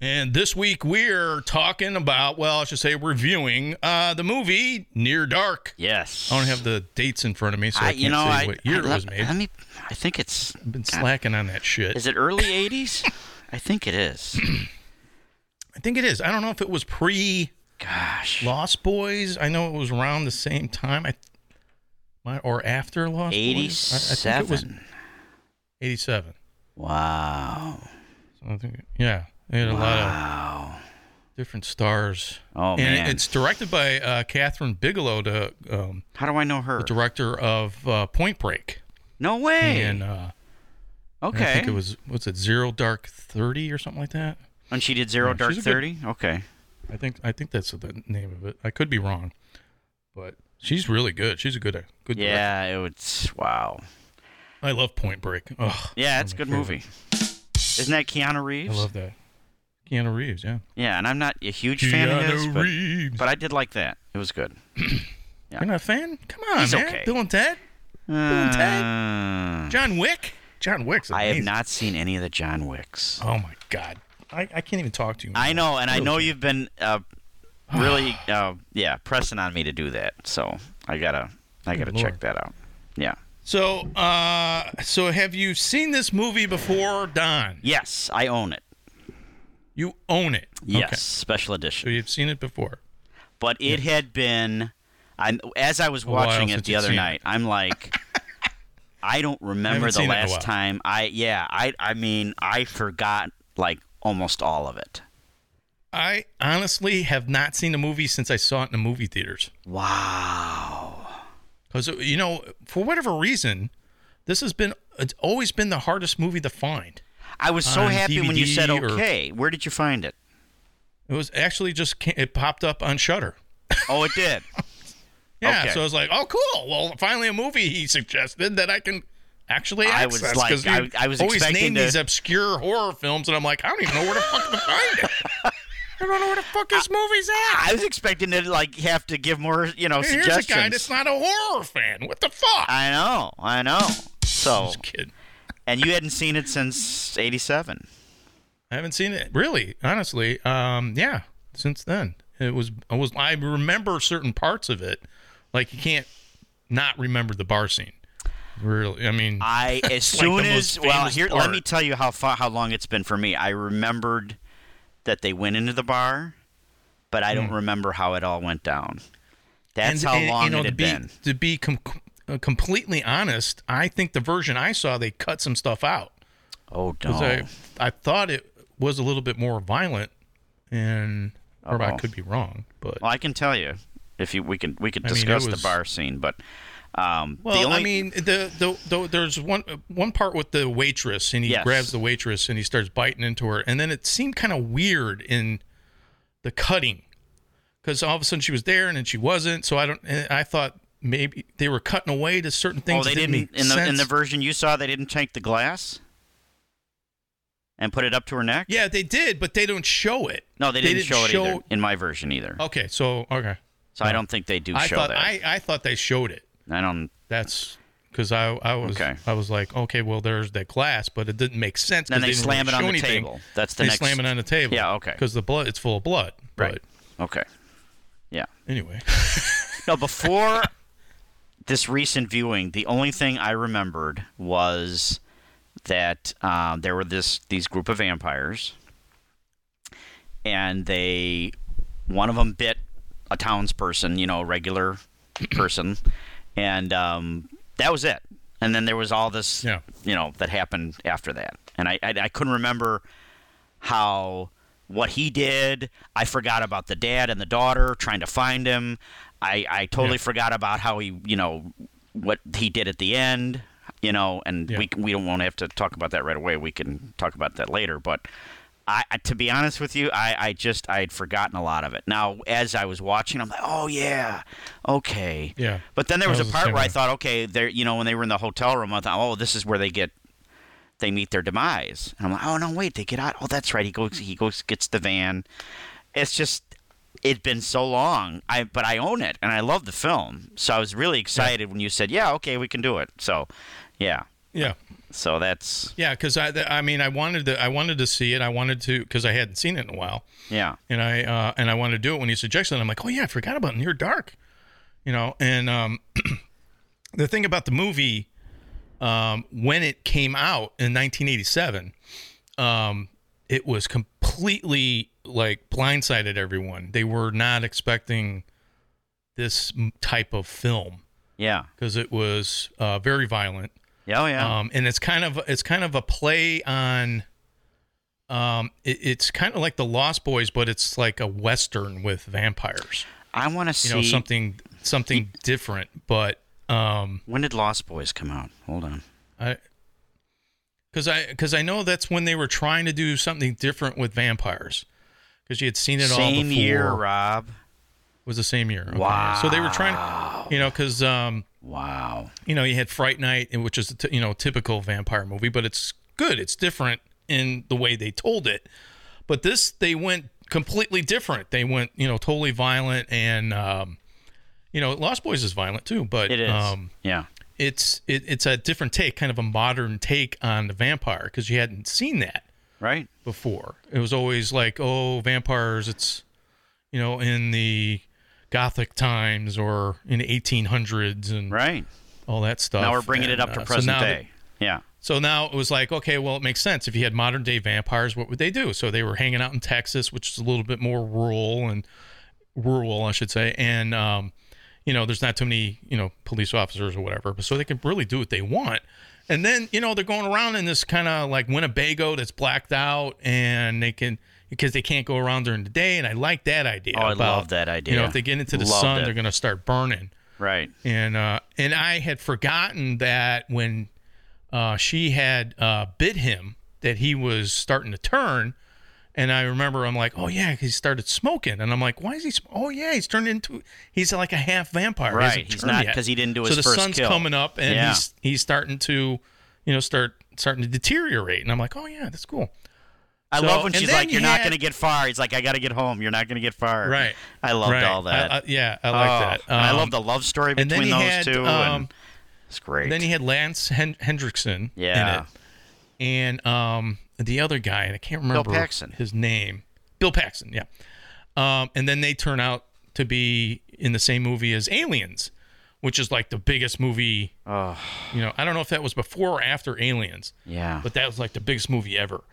S3: And this week we're talking about, well, I should say reviewing uh, the movie Near Dark.
S4: Yes.
S3: I don't have the dates in front of me, so I,
S4: I,
S3: can't
S4: you know,
S3: say
S4: I,
S3: what year
S4: I,
S3: it was
S4: let-
S3: made.
S4: let me. I think it's.
S3: I've been slacking on that shit.
S4: Is it early '80s? *laughs* I think it
S3: *clears throat*
S4: is.
S3: I think it is. I don't know if it was pre
S4: Gosh.
S3: Lost Boys. I know it was around the same time. I, my, or after Lost Boys. I- I, think it was 87.
S4: Eighty-seven. Wow.
S3: So I think, yeah, they had a lot of
S4: Wow.
S3: different stars.
S4: Oh,
S3: and
S4: man.
S3: it's directed by uh, Catherine Bigelow, the, um,
S4: How do I know her?
S3: the director of uh, Point Break.
S4: No way.
S3: And uh,
S4: okay.
S3: and I think it was what's it Zero Dark Thirty or something like that.
S4: And she did Zero
S3: Yeah,
S4: Dark
S3: she's a good-
S4: Thirty. Okay.
S3: I think I think that's the name of it. I could be wrong, but she's really good. She's a good good. director.
S4: Yeah, it was wow.
S3: I love Point Break. Ugh,
S4: Yeah,
S3: one
S4: it's a
S3: of my
S4: good
S3: favorites.
S4: movie. Isn't that Keanu
S3: I
S4: Reeves?
S3: love that. Keanu Reeves, yeah.
S4: yeah, and I'm not a huge fan of his, but,
S3: Reeves.
S4: but I did like that. It was good.
S3: You're not a fan? Come on,
S4: He's
S3: man.
S4: okay.
S3: Bill and Ted, and Ted?
S4: Uh,
S3: John Wick, John Wick's.
S4: I have
S3: amazing.
S4: not seen any of the John Wicks.
S3: Oh my god, I, I can't even talk to you.
S4: I
S3: man.
S4: know, and I
S3: Really
S4: know
S3: can't.
S4: you've been uh, really, uh, yeah, pressing on me to do that. So I gotta, I
S3: Good
S4: gotta
S3: Lord.
S4: check that out. Yeah.
S3: So, uh, so have you seen this movie before, Don?
S4: Yes, I own it.
S3: You own it.
S4: Yes,
S3: Okay.
S4: special edition.
S3: So you've seen it before.
S4: but it had been I as I was
S3: while
S4: watching it
S3: since
S4: the
S3: you've
S4: other
S3: seen it.
S4: night,
S3: *laughs*
S4: I'm like I don't
S3: Haven't
S4: remember the
S3: seen it in a while.
S4: last time I yeah, I I mean, I forgot like almost all of it.
S3: I honestly have not seen the movie since I saw it in the movie theaters.
S4: Wow.
S3: Because you know, for whatever reason, this has been it's always been the hardest movie to find.
S4: I was so
S3: On
S4: happy when you said
S3: DVD or-
S4: okay. Where did you find it?
S3: It was actually just ca- it popped up on Shutter.
S4: Oh, it
S3: *laughs*
S4: did.
S3: Yeah,
S4: Okay.
S3: so I was like, oh, cool. Well, finally a movie he suggested that I can actually
S4: I was
S3: access. 'cause
S4: like-
S3: you
S4: I- I was
S3: always
S4: expecting
S3: name
S4: to-
S3: these obscure horror films, and I'm like, I don't even know where the fuck to find it. I don't know where the fuck this movie's at.
S4: *laughs* I was expecting to like have to give more, you know,
S3: Here's
S4: suggestions.
S3: a guy that's not a horror fan. What the fuck?
S4: I know. I know. So,
S3: Just kidding.
S4: and you hadn't seen it since 87.
S3: I haven't seen it really, honestly. Um, yeah, since then it was. I was. I remember certain parts of it. Like you can't not remember the bar scene. Really, I mean,
S4: I
S3: *laughs*
S4: as
S3: like
S4: soon
S3: the most
S4: as well
S3: famous
S4: here let
S3: part.
S4: me tell you how far how long it's been for me. I remembered that they went into the bar, but I don't remember how it all went down. That's how long
S3: Hmm. you know,
S4: it
S3: to
S4: had
S3: be,
S4: been.
S3: To be com- uh, completely honest, I think the version I saw they cut some stuff out
S4: Oh no!
S3: because I I thought it was a little bit more violent, and or I
S4: Uh-oh.
S3: could be wrong, but
S4: well, I can tell you if you we can we can
S3: I mean, it
S4: discuss
S3: was-
S4: the bar scene, but um,
S3: Well,
S4: the only
S3: I mean, the, the the there's one one part with the waitress, and he
S4: Yes.
S3: grabs the waitress and he starts biting into her, and then it seemed kind of weird in the cutting because all of a sudden she was there and then she wasn't. So I don't. and I thought maybe they were cutting away to certain
S4: oh
S3: things.
S4: they
S3: that didn't,
S4: didn't
S3: make
S4: in the in
S3: sense.
S4: the version you saw they didn't take the glass and put it up to her neck.
S3: yeah, they did, but they don't show it.
S4: No, they didn't, show it either in my version either.
S3: Okay, so okay,
S4: so I don't think they do
S3: Oh. I
S4: show
S3: thought
S4: that.
S3: I I thought they showed it.
S4: I don't.
S3: That's. Because I, I was
S4: Okay.
S3: I was like okay well there's that glass but it didn't make sense. 'cause
S4: Then they
S3: didn't really
S4: slam it on
S3: show
S4: the
S3: anything.
S4: table. That's the
S3: they
S4: next.
S3: slam it on the table.
S4: Yeah, okay.
S3: Because the blood, it's full of blood.
S4: Right. Okay. Yeah.
S3: But anyway, *laughs*
S4: No, before this recent viewing, the only thing I remembered was that um, there were this these group of vampires, and they one of them bit a townsperson, you know, a regular person, and um, that was it. And then there was all this,
S3: Yeah.
S4: you know, that happened after that, and I I, I couldn't remember how what he did. I forgot about the dad and the daughter trying to find him. I, I totally forgot about how he, you know, what he did at the end, you know, and
S3: Yeah.
S4: we we don't want to have to talk about that right away. We can talk about that later, but I, I to be honest with you, I, I just I had forgotten a lot of it. Now as I was watching, I'm like, oh yeah, okay.
S3: Yeah.
S4: But then there
S3: That
S4: was,
S3: was
S4: a
S3: the
S4: part
S3: same
S4: where I
S3: way.
S4: thought, okay, they're you know when they were in the hotel room, I thought, oh, this is where they get they meet their demise. And I'm like, oh no, wait, they get out. Oh, that's right. He goes, he goes, gets the van. It's just it's been so long. I but I own it and I love the film, so I was really excited when you said, yeah, okay, we can do it. So, yeah.
S3: Yeah.
S4: So that's
S3: Yeah, because I, th- I mean, I wanted to, I wanted to see it. I wanted to, because I hadn't seen it in a while,
S4: yeah.
S3: and I, uh, and I wanted to do it when you suggested. it. I'm like, oh yeah, I forgot about Near Dark, you know. And um, *clears throat* the thing about the movie, um, when it came out in 1987, um, it was completely like blindsided everyone. They were not expecting this m- type of film
S4: Yeah.
S3: because it was uh, very violent.
S4: Yeah. Oh, yeah.
S3: Um, and it's kind of it's kind of a play on. Um, it, it's kind of like the Lost Boys, but it's like a western with vampires.
S4: I want to
S3: You
S4: see.
S3: know, something something different. But um,
S4: When did Lost Boys come out? Hold on.
S3: I because I because I know that's when they were trying to do something different with vampires. Because you had seen it all
S4: Same
S3: before.
S4: year, Rob.
S3: was the same year. Okay. So they were trying to, you know, because um,
S4: Wow.
S3: you know, you had Fright Night, which is a t- you know typical vampire movie, but it's good. It's different in the way they told it. But this, they went completely different. They went you know totally violent, and um, you know, Lost Boys is violent too, but
S4: It is.
S3: Um,
S4: yeah.
S3: it's it, it's a different take, kind of a modern take on the vampire because you hadn't seen that
S4: Right.
S3: before. It was always like, oh, vampires, it's, you know, in the Gothic times or in the 1800s and
S4: Right.
S3: all that stuff.
S4: Now we're bringing
S3: And,
S4: it up to
S3: uh, so
S4: present
S3: now
S4: day. yeah.
S3: so now it was like, okay, well, it makes sense. If you had modern day vampires, what would they do? So they were hanging out in Texas, which is a little bit more rural and rural, I should say. And, um, you know, there's not too many, you know, police officers or whatever. But so they can really do what they want. And then, you know, they're going around in this kind of like Winnebago that's blacked out and they can, because they can't go around during the day. And I like that idea.
S4: Oh, I
S3: about,
S4: love that idea.
S3: You know, if they get into the
S4: Loved
S3: sun,
S4: it.
S3: they're going to start burning
S4: Right.
S3: and uh, and I had forgotten that when uh, she had uh, bit him that he was starting to turn, and I remember I'm like, oh yeah, he started smoking, and I'm like, why is he? Sm- oh yeah, he's turned into he's like a half vampire. He
S4: Right,
S3: hasn't
S4: he's
S3: turned
S4: not-
S3: yet.
S4: 'cause he didn't do
S3: so
S4: his
S3: the
S4: first
S3: sun's
S4: kill.
S3: coming up, and
S4: Yeah.
S3: he's he's starting to you know start starting to deteriorate, and I'm like, oh yeah, that's cool.
S4: I
S3: So-
S4: love when
S3: and
S4: she's
S3: then
S4: like,
S3: you
S4: "You're not
S3: had-
S4: going to get far." He's like, "I got to get home. You're not going to get far."
S3: Right.
S4: I loved
S3: Right.
S4: all that.
S3: I- I- yeah, I like
S4: Oh,
S3: that.
S4: and I
S3: Um,
S4: love the love story
S3: and then
S4: between
S3: he
S4: those
S3: had,
S4: two.
S3: um,
S4: and it's great.
S3: Then he had Lance Hen- Hendrickson in
S4: Yeah.
S3: it. And um, the other guy, and I can't remember
S4: Paxton.
S3: his name. Bill Paxton, yeah. Um, and then they turn out to be in the same movie as Aliens, which is like the biggest movie. You know, I don't know if that was before or after Aliens,
S4: yeah.
S3: but that was like the biggest movie ever.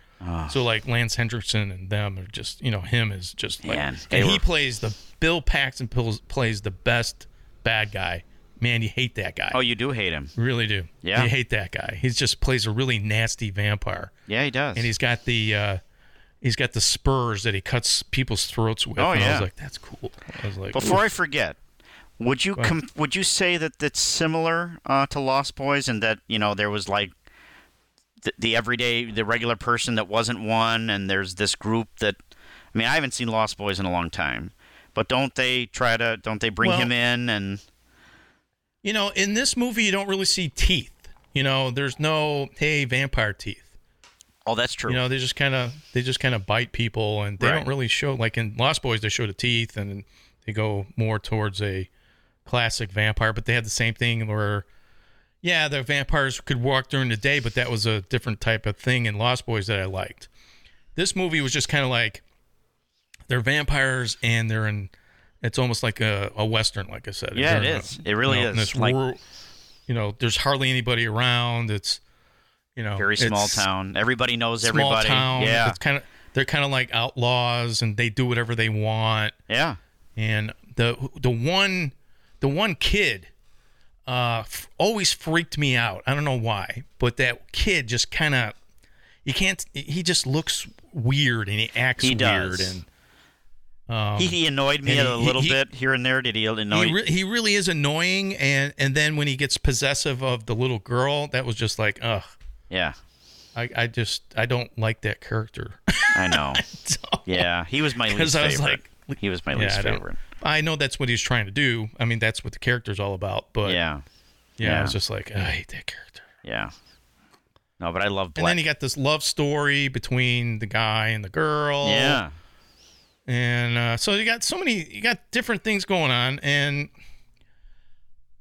S3: So like Lance Hendrickson and them are just, you know, him is just like,
S4: Man, they
S3: and he
S4: were-
S3: plays the Bill Paxton pils- plays the best bad guy. Man, you hate that guy.
S4: oh, you do hate him.
S3: Really do.
S4: Yeah.
S3: You hate that guy. He just plays a really nasty vampire.
S4: Yeah, he does.
S3: And he's got the uh he's got the spurs that he cuts people's throats with.
S4: Oh,
S3: and I
S4: yeah.
S3: was like, that's cool. I was like
S4: Before I
S3: oof.
S4: forget, would you com- would you say that that's similar uh, to Lost Boys and that you know there was like th- the everyday, the regular person that wasn't one, and there's this group that I mean I haven't seen Lost Boys in a long time, but don't they try to don't they bring
S3: Well-
S4: him in and
S3: You know, in this movie you don't really see teeth. You know, there's no hey, vampire teeth.
S4: oh that's true
S3: You know, they just kind of they just kind of bite people, and they
S4: Right.
S3: don't really show like in Lost Boys they show the teeth, and they go more towards a classic vampire. But they had the same thing where, yeah, the vampires could walk during the day, but that was a different type of thing in Lost Boys that I liked. This movie was just kind of like they're vampires and they're in. It's almost like a, a western, like I said.
S4: Yeah, it
S3: They're in
S4: is. It really
S3: you know, in
S4: is,
S3: This
S4: like-
S3: rural- you know, there's hardly anybody around. It's you know
S4: very small
S3: it's-
S4: town everybody knows
S3: small
S4: everybody
S3: town.
S4: yeah
S3: It's kind of they're kind of like outlaws and they do whatever they want.
S4: yeah
S3: And the the one the one kid uh f- always freaked me out. I don't know why, but that kid just kind of you can't he just looks weird and he acts
S4: He does.
S3: weird and um,
S4: he, he annoyed me
S3: and
S4: a
S3: he- he-
S4: little
S3: he-
S4: bit here and there did he annoy
S3: he, re- he really is annoying and and then when he gets possessive of the little girl, that was just like ugh.
S4: yeah
S3: I, I just I don't like that character.
S4: I
S3: *laughs*
S4: know. yeah, he was my least
S3: Because I was
S4: favorite.
S3: like-
S4: he was my
S3: Yeah,
S4: least
S3: I don't-
S4: favorite.
S3: I know that's what he's trying to do. I mean, that's what the character's all about. But yeah,
S4: Yeah,
S3: I was
S4: yeah.
S3: just like, I hate that character.
S4: yeah. No, but I love
S3: And
S4: Black.
S3: then you got this love story between the guy and the girl.
S4: yeah,
S3: and uh, so you got so many you got different things going on and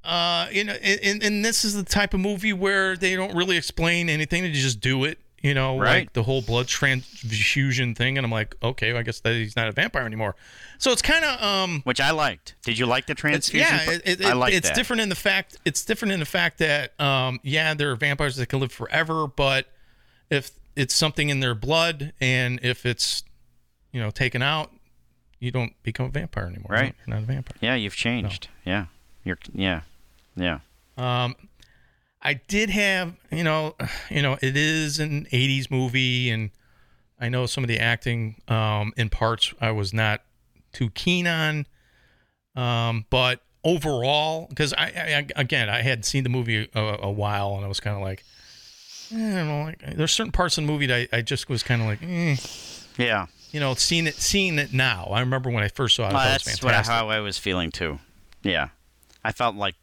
S3: uh you know and, and- and this is the type of movie where they don't really explain anything they just do it you know
S4: Right.
S3: like the whole blood transfusion thing and i'm like okay well, i guess that he's not a vampire anymore so it's kind of um
S4: which I liked. Did you like the
S3: it's,
S4: transfusion?
S3: yeah,
S4: part?
S3: it, it,
S4: I like
S3: it's
S4: that.
S3: different in the fact it's different in the fact that um, yeah, there are vampires that can live forever, but if it's something in their blood and if it's you know taken out, you don't become a vampire anymore.
S4: Right.
S3: You're not a vampire.
S4: Yeah, you've changed. Yeah, you're. Yeah, yeah.
S3: Um, I did have you know you know it is an '80s movie, and I know some of the acting um, in parts I was not too keen on, um, but overall because I, I again I had seen the movie a, a while and I was kind of like. eh, I don't know, like, there's certain parts in the movie that I, I just was kind of like, eh,
S4: Yeah,
S3: you know, seeing it, seeing it now. I remember when I first saw it, I
S4: Well,
S3: thought it Oh, was
S4: that's what I,
S3: fantastic.
S4: how I was feeling too. Yeah, I felt like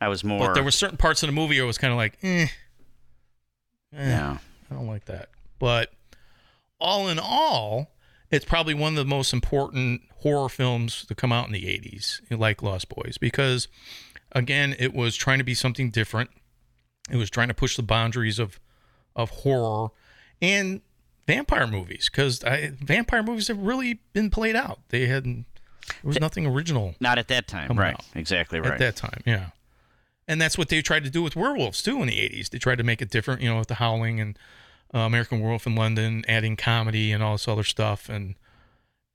S4: I was more.
S3: but there were certain parts in the movie where it was kind of like, eh, eh.
S4: yeah,
S3: I don't like that. But all in all, it's probably one of the most important horror films to come out in the 80s, like Lost Boys, because again, it was trying to be something different. It was trying to push the boundaries of of horror and vampire movies because vampire movies have really been played out. They hadn't, there was nothing original
S4: not at that time.
S3: Coming
S4: right,
S3: out.
S4: exactly
S3: at
S4: right.
S3: that time. Yeah. And that's what they tried to do with werewolves too in the 80s. They tried to make it different, you know, with the howling and uh, American Werewolf in London, adding comedy and all this other stuff and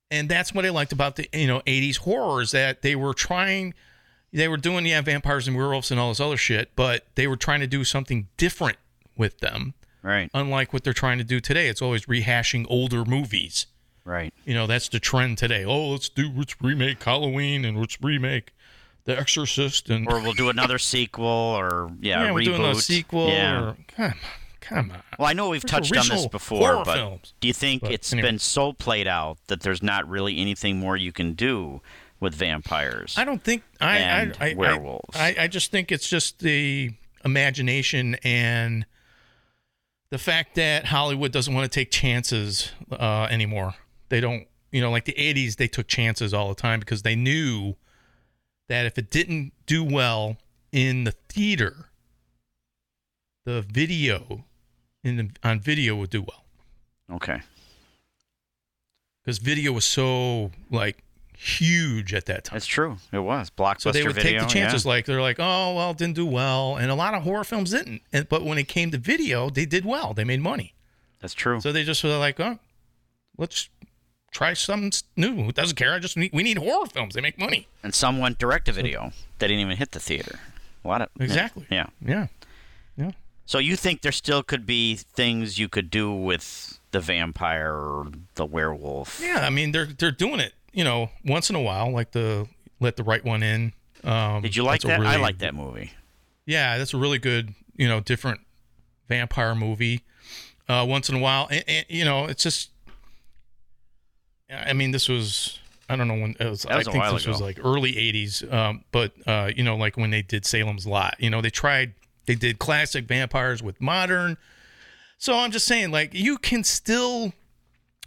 S3: and that's what I liked about the, you know, 80s horror is that they were trying they were doing yeah, vampires and werewolves and all this other shit, but they were trying to do something different with them,
S4: Right,
S3: unlike what they're trying to do today. It's always rehashing older movies.
S4: right.
S3: You know, that's the trend today. Oh, let's do let's remake Halloween and let's remake The Exorcist and
S4: Or we'll do another sequel, or yeah,
S3: yeah,
S4: reboot.
S3: we're doing a sequel.
S4: Yeah.
S3: Or, come, come on.
S4: Well, I know we've
S3: There's
S4: touched on this
S3: original
S4: before,
S3: horror
S4: but
S3: films.
S4: do you think
S3: But
S4: it's
S3: anyway.
S4: been so played out that there's not really anything more you can do with vampires?
S3: I don't think I
S4: And
S3: I, I
S4: werewolves.
S3: I, I just think it's just the imagination and the fact that Hollywood doesn't want to take chances uh, anymore. They don't, you know, like the '80s, they took chances all the time because they knew that if it didn't do well in the theater, the video in the, on video would do well.
S4: okay.
S3: because video was so like huge at that time.
S4: That's true. It was blockbuster
S3: so they would
S4: video.
S3: take the chances. Like they're like, oh well, it didn't do well, and a lot of horror films didn't. And, but when it came to video, they did well. They made money.
S4: yeah. That's true.
S3: So they just were like, oh, let's try something s- new. Who doesn't care? I just need, we need horror films. They make money.
S4: and some went direct to video. They didn't even hit the theater. A lot of
S3: Exactly.
S4: Yeah.
S3: Yeah.
S4: So you think there still could be things you could do with the vampire or the werewolf?
S3: Yeah. I mean, they're they're doing it. You know, once in a while, like the let the right one in. Um,
S4: Did you like
S3: that's
S4: that?
S3: a
S4: I
S3: really-
S4: like that movie.
S3: Yeah, that's a really good, you know, different vampire movie. Uh, once in a while, and, and, you know, it's just. I mean, this was I don't know when it was.
S4: That was
S3: I
S4: a
S3: think
S4: while
S3: this was
S4: ago.
S3: like early '80s, um, but uh, you know, like when they did Salem's Lot, you know, they tried they did classic vampires with modern. So I'm just saying, like you can still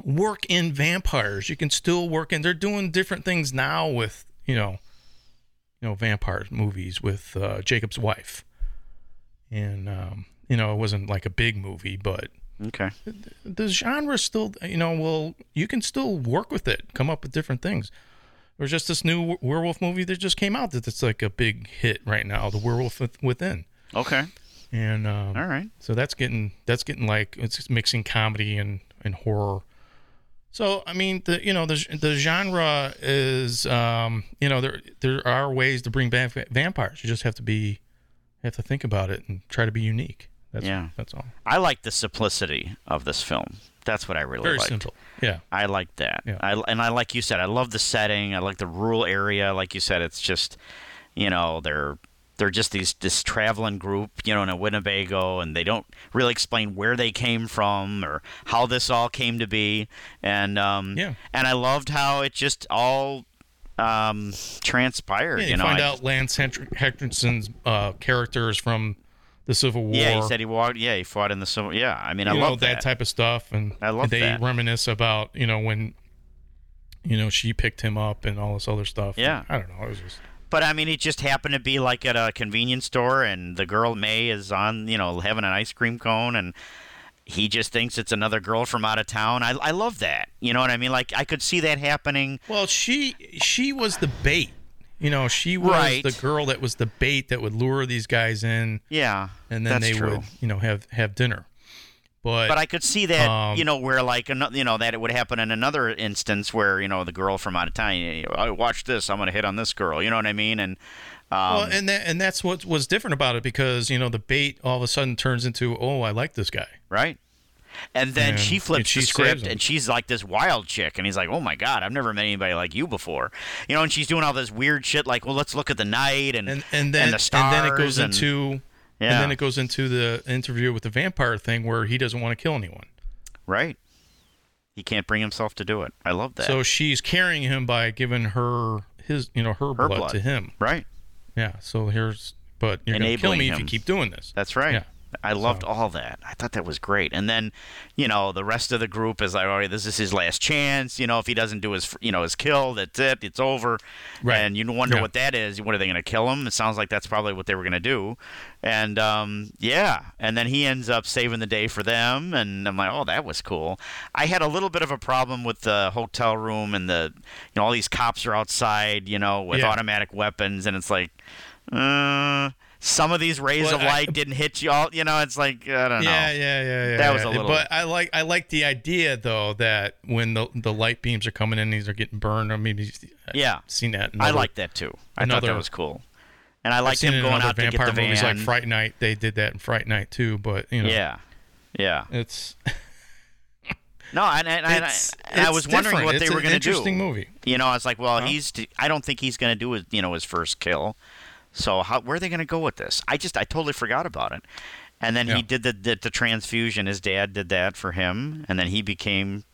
S3: work in vampires. You can still work in. They're doing different things now with you know, you know, vampire movies with uh, Jacob's wife, and um, you know, it wasn't like a big movie, but
S4: Okay.
S3: the genre still, you know, well, you can still work with it, come up with different things. There's just this new w- werewolf movie that just came out that it's like a big hit right now, The Werewolf With- Within,
S4: Okay.
S3: and um,
S4: All right.
S3: so that's getting that's getting like it's mixing comedy and and horror. So I mean, the you know the the genre is um, you know there there are ways to bring back va- vampires. You just have to be have to think about it and try to be unique. That's,
S4: Yeah.
S3: that's all.
S4: I like the simplicity of this film. That's what I really
S3: Very
S4: liked.
S3: simple. Yeah.
S4: I like that.
S3: Yeah.
S4: I, and I like you said, I love the setting. I like the rural area. Like you said, it's just, you know, they're they're just these this traveling group, you know, in a Winnebago, and they don't really explain where they came from or how this all came to be. And um,
S3: Yeah.
S4: and I loved how it just all um, transpired.
S3: Yeah,
S4: you
S3: you
S4: know,
S3: find
S4: I-
S3: out Lance Hent- Henderson's uh, character is from the Civil War.
S4: Yeah, he said he walked. Yeah, he fought in the Civil. Yeah, I mean, I
S3: you know
S4: love
S3: that. type of stuff, and
S4: I love
S3: they
S4: that.
S3: reminisce about you know when you know she picked him up and all this other stuff.
S4: Yeah.
S3: I don't know. It was just
S4: But I mean, it just happened to be like at a convenience store, and the girl May is on, you know, having an ice cream cone, and he just thinks it's another girl from out of town. I, I love that. You know what I mean? Like I could see that happening.
S3: well, she she was the bait. You know, she was
S4: Right.
S3: the girl that was the bait that would lure these guys in,
S4: Yeah,
S3: and then they
S4: that's true.
S3: would you know have have dinner. But,
S4: But I could see that,
S3: Um,
S4: you know, where like another, you know, that it would happen in another instance where you know the girl from out of town. You know, "Oh, watch this. I'm gonna hit on this girl. You know what I mean? And um,
S3: well, and that and that's what was different about it because you know the bait all of a sudden turns into oh I like this guy.
S4: right? And then
S3: And-
S4: she
S3: and
S4: flips
S3: she
S4: the
S3: saves
S4: script,
S3: him.
S4: and she's like this wild chick, and he's like, "Oh my god, I've never met anybody like you before," you know. And she's doing all this weird shit, like, "Well, let's look at the night and
S3: and and then
S4: the stars."
S3: then it goes
S4: and-
S3: into
S4: Yeah.
S3: and then it goes into the interview with the vampire thing where he doesn't want to kill anyone.
S4: right. He can't bring himself to do it. I love that.
S3: So she's carrying him by giving her his you know her,
S4: Her
S3: blood, to him.
S4: right?
S3: Yeah. So here's but you're going to kill
S4: Enabling
S3: me if you
S4: him.
S3: keep doing this.
S4: That's right.
S3: Yeah.
S4: I loved all that. I thought that was great. And then, you know, the rest of the group is like, "All right, this is his last chance. You know, if he doesn't do his, you know, his kill, that's it. It's over."
S3: Right.
S4: And you wonder
S3: Yeah.
S4: what that is. What are they going to kill him? It sounds like that's probably what they were going to do. And um, yeah, and then he ends up saving the day for them. And I'm like, "Oh, that was cool." I had a little bit of a problem with the hotel room and the, you know, all these cops are outside, you know, with
S3: Yeah.
S4: automatic weapons, and it's like, uh, some of these rays
S3: Well,
S4: of
S3: I-
S4: light didn't hit you all. You know, it's like I don't know.
S3: Yeah, yeah, yeah, yeah.
S4: That was
S3: yeah.
S4: a little-
S3: But I like I like the idea though that when the the light beams are coming in, these are getting burned. I mean, these- I've
S4: Yeah.
S3: seen that. in
S4: I
S3: other-
S4: like that too. I thought
S3: another-
S4: that was cool. And I
S3: I've
S4: liked
S3: seen it
S4: him
S3: in
S4: going
S3: other
S4: out to get
S3: vampire
S4: the van.
S3: movies like Fright Night. They did that in Fright Night too. But you know,
S4: Yeah, yeah.
S3: it's
S4: No, and, and, and, I-
S3: it's,
S4: and I
S3: it's
S4: was wondering
S3: different.
S4: what
S3: It's
S4: they were
S3: an
S4: going to do.
S3: Interesting movie.
S4: You know, I was like, well, he's. T- I don't think he's going to do his, you know, his first kill. So how where are they going to go with this? I just I totally forgot about it. And then
S3: Yeah.
S4: he did the, the the transfusion. His dad did that for him, and then he became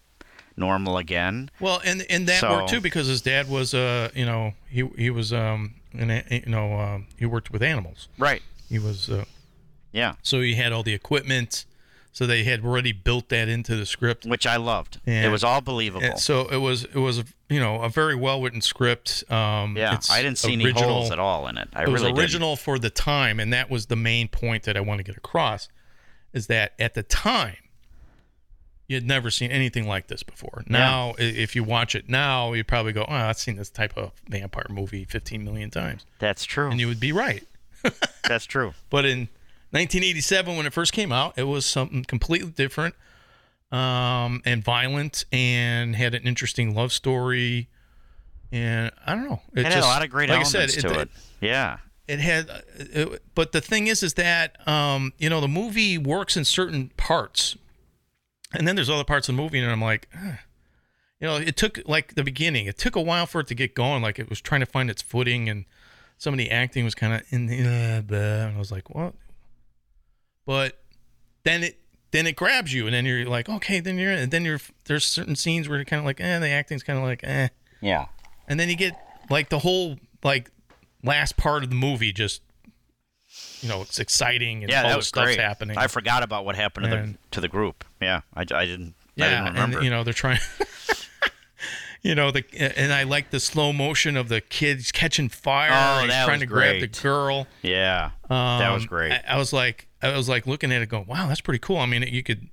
S4: normal again.
S3: Well, and and that
S4: So-
S3: worked too because his dad was uh you know he he was um an, a- you know um, he worked with animals.
S4: Right.
S3: He was uh,
S4: Yeah.
S3: so he had all the equipment, so they had already built that into the script.
S4: which I loved.
S3: Yeah.
S4: It was all believable.
S3: And so it was it was you know a very well written script. Um,
S4: yeah,
S3: it's
S4: I didn't see any
S3: original-
S4: holes at all in it. I
S3: It was
S4: really
S3: original for the time, and that was the main point that I want to get across, is that at the time. You had never seen anything like this before. Now, i if you watch it now, you'd probably go, "Oh, I've seen this type of vampire movie 15 million times,"
S4: Didn't. That's true.
S3: and you would be right.
S4: That's
S3: *laughs*
S4: true.
S3: But in 1987, when it first came out, it was something completely different um, and violent and had an interesting love story. And I don't know.
S4: It, had a lot of great
S3: like I
S4: elements
S3: said,
S4: to it. Yeah.
S3: It, had, it, but the thing is, is that, um, you know, the movie works in certain parts. And then there's other parts of the movie, and I'm like, "Ugh." you know, it took like the beginning, it took a while for it to get going. Like it was trying to find its footing, and some of the acting was kind of in the, uh, blah, and I was like, what? But then it then it grabs you, and then you're like, okay, then you're in. And then you're there's certain scenes where you're kind of like, eh, the acting's kind of like, eh.
S4: Yeah.
S3: And then you get like the whole like last part of the movie just you know it's exciting and
S4: Yeah,
S3: all
S4: that
S3: this
S4: was
S3: stuff's
S4: great.
S3: happening.
S4: I forgot about what happened to the
S3: And-
S4: to the group. Yeah, I, I didn't. I
S3: yeah,
S4: didn't remember.
S3: and you know they're trying. *laughs* you know the and I like the slow motion of the kids catching fire
S4: Oh,
S3: and
S4: that
S3: trying
S4: was
S3: to grab
S4: great.
S3: the girl.
S4: yeah, that was
S3: Um,
S4: great.
S3: I, I was like, I was like looking at it, going, "Wow, that's pretty cool." I mean, you could,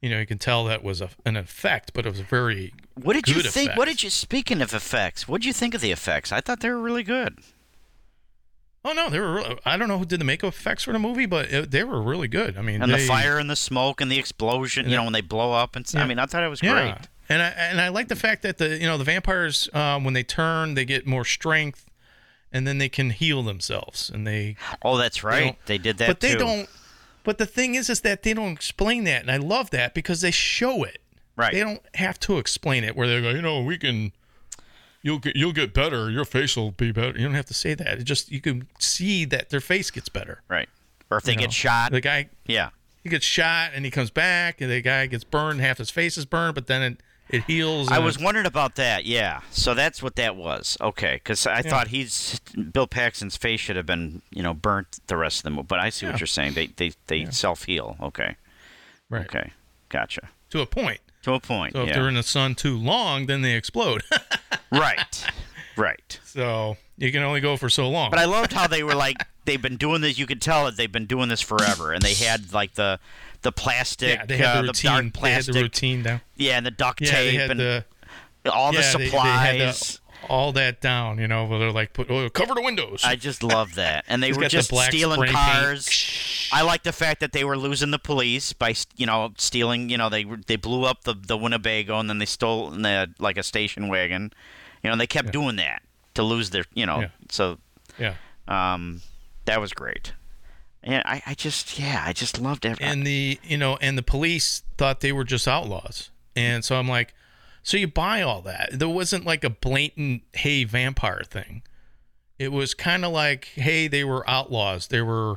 S3: you know, you can tell that was a, an effect, but it was a very
S4: what did you
S3: good
S4: think?
S3: effect.
S4: What did you? Speaking of effects, what did you think of the effects? I thought they were really good.
S3: Oh no, they were. Really, I don't know who did the makeup effects for the movie, but it, they were really good. I mean,
S4: And
S3: they-
S4: the fire and the smoke and the explosion. You know, when they blow up and. s-
S3: Yeah.
S4: I mean, I thought it was
S3: yeah.
S4: great.
S3: And I and I like the fact that the you know the vampires um, when they turn they get more strength, and then they can heal themselves and they
S4: Oh, that's
S3: They
S4: right.
S3: don't-
S4: They, did that.
S3: But they
S4: too.
S3: don't. But the thing is, is that they don't explain that, and I love that because they show it.
S4: Right.
S3: They don't have to explain it. Where they go, you know, we can you'll get you'll get better. Your face will be better. You don't have to say that. It just you can see that their face gets better.
S4: Right. Or if they
S3: you
S4: get
S3: know.
S4: shot.
S3: the guy
S4: yeah.
S3: he gets shot and he comes back, and the guy gets burned. Half his face is burned, but then it it heals.
S4: I
S3: and
S4: was
S3: it-
S4: wondering about that. Yeah. So that's what that was. Okay. Because I thought he's Bill Paxton's face should have been you know burnt the rest of the movie. But I see what you're saying. They they they self heal. Okay.
S3: right
S4: Okay. Gotcha.
S3: to a point.
S4: To a point.
S3: So if
S4: yeah.
S3: they're in the sun too long, then they explode.
S4: *laughs*
S3: *laughs*
S4: right. Right.
S3: so you can only go for so long.
S4: But I loved how they were like they've been doing this. You could tell that they've been doing this forever, and they had like the the plastic,
S3: yeah, they had
S4: uh,
S3: the
S4: dark
S3: routine. they had
S4: plastic,
S3: the routine down.
S4: yeah, and the duct
S3: Yeah, they
S4: tape,
S3: had
S4: and
S3: the
S4: all the
S3: yeah, they- they
S4: supplies.
S3: had the- all that down. You know, where they're like, put oh, cover the windows.
S4: I just love that, and they
S3: He's
S4: were
S3: got the
S4: just
S3: black
S4: stealing
S3: spray paint.
S4: cars. I like the fact that they were losing the police by you know stealing. You know they were- they blew up the the Winnebago, and then they stole the, like a station wagon. You know they kept doing that to lose their you know
S3: Yeah.
S4: so
S3: yeah.
S4: Um, that was great. Yeah, I, I just, yeah, I just loved it.
S3: and the you know and the police thought they were just outlaws and so i'm like so you buy all that there wasn't like a blatant hey vampire thing it was kind of like hey they were outlaws they were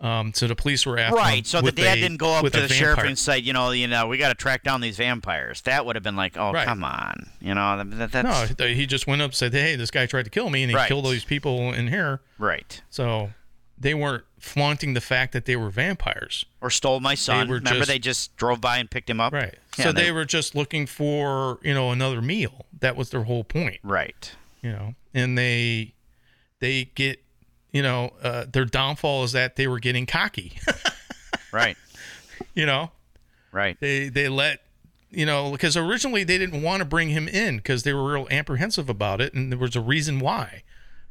S3: um so the police were after them
S4: right, so the
S3: with
S4: dad
S3: a-
S4: didn't go up to
S3: with
S4: the
S3: a
S4: sheriff
S3: vampire.
S4: and say, you know, you know, we got to track down these vampires. That would have been like, oh,
S3: Right.
S4: come on, you know, that, that-
S3: no
S4: that's
S3: th- he just went up and said hey this guy tried to kill me and he
S4: Right.
S3: killed all these people in here
S4: right.
S3: so they weren't flaunting the fact that they were vampires
S4: Or stole my son.
S3: were
S4: Remember,
S3: just-
S4: they just drove by and picked him up.
S3: right
S4: Yeah,
S3: so they, were just looking for you know another meal that was their whole point
S4: right.
S3: you know and they they get you know uh, their downfall is that they were getting cocky *laughs*
S4: Right.
S3: you know
S4: Right.
S3: they they let you know because originally they didn't want to bring him in because they were real apprehensive about it and there was a reason why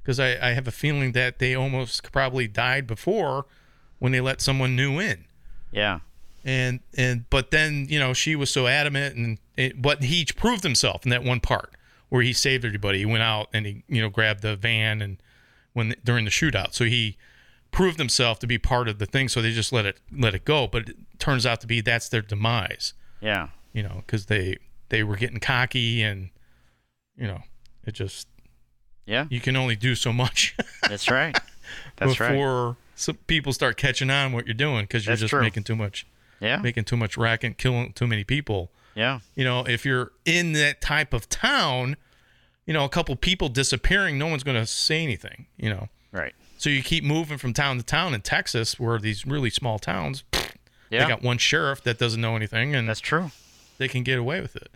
S3: because I, I have a feeling that they almost probably died before when they let someone new in
S4: Yeah.
S3: and and but then you know she was so adamant and it, but he proved himself in that one part where he saved everybody he went out and he you know grabbed the van and when during the shootout so he proved himself to be part of the thing so they just let it let it go but it turns out to be that's their demise
S4: Yeah.
S3: you know because they they were getting cocky and you know it just
S4: Yeah.
S3: you can only do so much *laughs*
S4: That's right. That's right.
S3: before some people start catching on what you're doing because you're
S4: That's
S3: just
S4: true.
S3: making too much
S4: Yeah.
S3: making too much racket killing too many people
S4: Yeah.
S3: you know if you're in that type of town you know a couple people disappearing no one's going to say anything you know
S4: Right.
S3: so you keep moving from town to town in texas where these really small towns
S4: Yeah.
S3: they got one sheriff that doesn't know anything and
S4: That's true.
S3: they can get away with it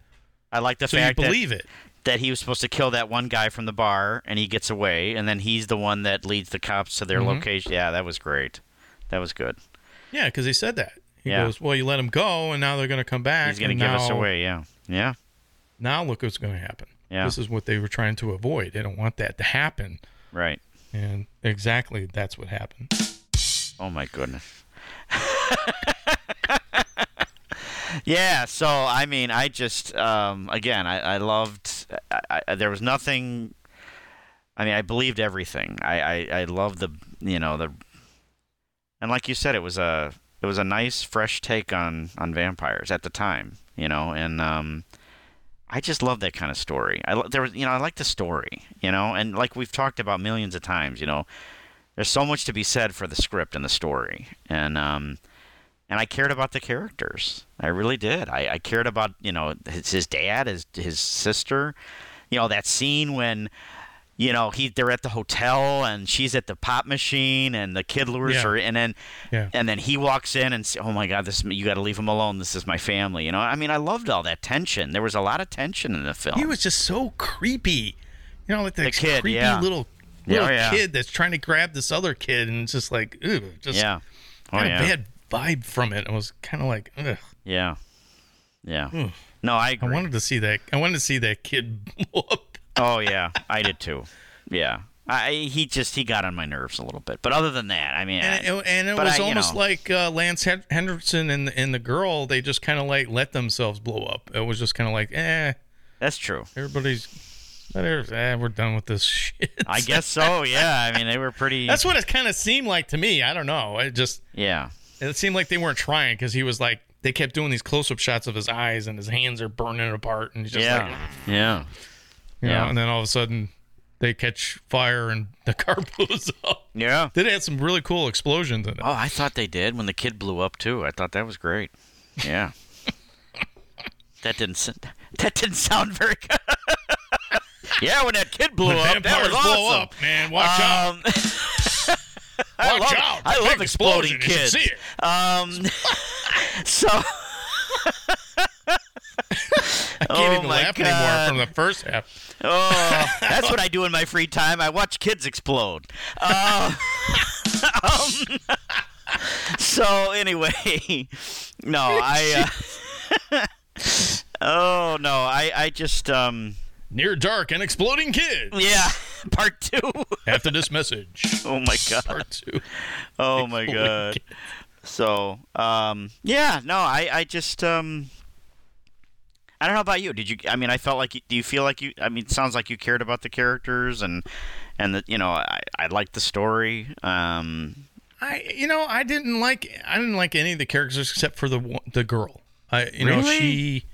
S4: I like the
S3: so you
S4: fact that
S3: believe it
S4: that he was supposed to kill that one guy from the bar and he gets away and then he's the one that leads the cops to their
S3: Mm-hmm.
S4: location. Yeah, that was great. That was good.
S3: yeah because he said that he
S4: Yeah.
S3: goes well you let them go and now they're going to come back
S4: He's going
S3: and
S4: to give us
S3: now-
S4: away, yeah. Yeah.
S3: now look what's going to happen
S4: Yeah.
S3: this is what they were trying to avoid they don't want that to happen
S4: Right.
S3: and exactly that's what happened
S4: Oh my goodness. *laughs* yeah, so I mean, I just um, again, I, I loved. I, I, there was nothing. I mean, I believed everything. I, I I loved the you know the, and like you said, it was a it was a nice fresh take on on vampires at the time, you know, and um, I just love that kind of story. I lo- there was you know I like the story, you know, and like we've talked about millions of times, you know, there's so much to be said for the script and the story and um and I cared about the characters. I really did. I, I cared about you know his, his dad, his his sister, you know that scene when you know he they're at the hotel and she's at the pop machine and the kid lures
S3: Yeah.
S4: her and then
S3: Yeah.
S4: and then he walks in and say, oh my god this you got to leave him alone this is my family you know I mean I loved all that tension there was a lot of tension in the film
S3: He was just so creepy. You know, like the
S4: kid,
S3: creepy
S4: yeah.
S3: little
S4: Yeah,
S3: little
S4: oh, yeah.
S3: kid that's trying to grab this other kid and it's just like, ooh, just
S4: yeah oh
S3: got
S4: yeah
S3: a bad vibe from it. I was kind of like, ugh.
S4: yeah yeah no I
S3: Hmm. I
S4: agree.
S3: wanted to see that. I wanted to see that kid *laughs* blow up.
S4: Oh yeah, I did too. Yeah, I he just he got on my nerves a little bit, but other than that, I mean,
S3: And it, and it
S4: but I-
S3: was
S4: you
S3: almost
S4: know.
S3: like uh, Lance Hen- Henderson and and the girl. They just kind of like let themselves blow up. It was just kind of like, eh,
S4: that's
S3: *laughs*
S4: true.
S3: everybody's, whatever, eh, we're done with this *laughs* shit.
S4: I guess so. Yeah, I mean, they were pretty.
S3: that's what it kind of seemed like to me. I don't know. It just
S4: Yeah,
S3: It seemed like they weren't trying because he was like they kept doing these close-up shots of his eyes and his hands are burning apart and he's just
S4: yeah,
S3: like
S4: yeah.
S3: You
S4: Yeah.
S3: know, and then all of a sudden they catch fire and the *laughs* car blows up.
S4: Yeah.
S3: They had some really cool explosions in it.
S4: Oh, I thought they did when the kid blew up too. I thought that was great.
S3: *laughs*
S4: Yeah. that didn't s- that didn't sound very good. *laughs* yeah, when that kid blew
S3: When
S4: up, that was
S3: vampires blow
S4: awesome.
S3: up, man. Watch out.
S4: Um, I
S3: Watch
S4: love,
S3: out.
S4: I
S3: Big
S4: love exploding
S3: explosion. You should
S4: kids.
S3: see it.
S4: Um, *laughs* so.
S3: I can't
S4: Oh
S3: even
S4: my
S3: laugh
S4: God.
S3: anymore from the first half.
S4: Oh, that's what I do in my free time. I watch kids explode. Uh, *laughs* um, *laughs* so anyway, no, I. Uh, *laughs* oh no, I I just um
S3: Near dark and exploding kids.
S4: yeah *laughs* part two.
S3: After this message,
S4: Oh my god.
S3: part two. *laughs*
S4: Oh my god. So um yeah no I I just um. I don't know about you. Did you? I mean, I felt like. You, do you feel like you? I mean, it sounds like you cared about the characters and, and that you know, I I liked the story. Um,
S3: I, you know, I didn't like, I didn't like any of the characters except for the one- the girl. I, you know,
S4: Really?
S3: she,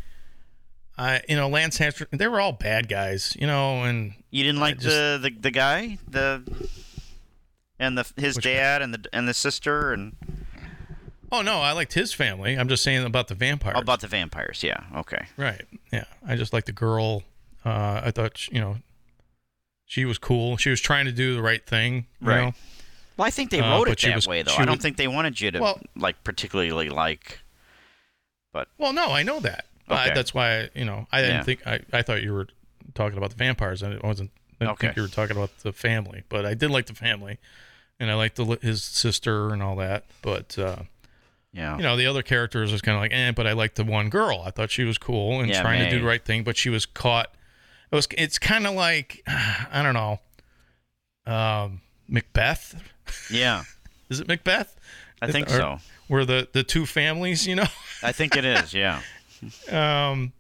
S3: I, you know, Lance Hanster. They were all bad guys, you know, and
S4: You didn't like
S3: just-
S4: the, the the guy, the and the his dad and the and the sister and
S3: oh no, I liked his family. I'm just saying about the vampire.
S4: oh, about the vampires. Yeah, okay.
S3: Right. Yeah. I just like the girl. Uh, I thought she, you know, she was cool. She was trying to do the right thing. you
S4: Right.
S3: know?
S4: Well, I think they
S3: Uh,
S4: wrote
S3: but
S4: it
S3: she
S4: that
S3: was-
S4: way though.
S3: she
S4: I don't
S3: was-
S4: think they wanted you to
S3: Well-
S4: like particularly like.
S3: Well, no, I know that. But
S4: Okay.
S3: that's why I, you know I didn't
S4: Yeah.
S3: think I, I thought you were talking about the vampires. I wasn't. I didn't
S4: Okay.
S3: think you were talking about the family, but I did like the family, and I liked the, his sister and all that. But uh,
S4: Yeah.
S3: you know the other characters was kind of like, eh. But I liked the one girl. I thought she was cool and
S4: Yeah,
S3: trying to do
S4: May.
S3: the right thing, but she was caught. It was. It's kind of like *sighs* I don't know. Um, Macbeth
S4: yeah,
S3: is it Macbeth?
S4: I think
S3: Or-
S4: so.
S3: Where the the two families, you know, *laughs*
S4: I think it is. Yeah,
S3: um,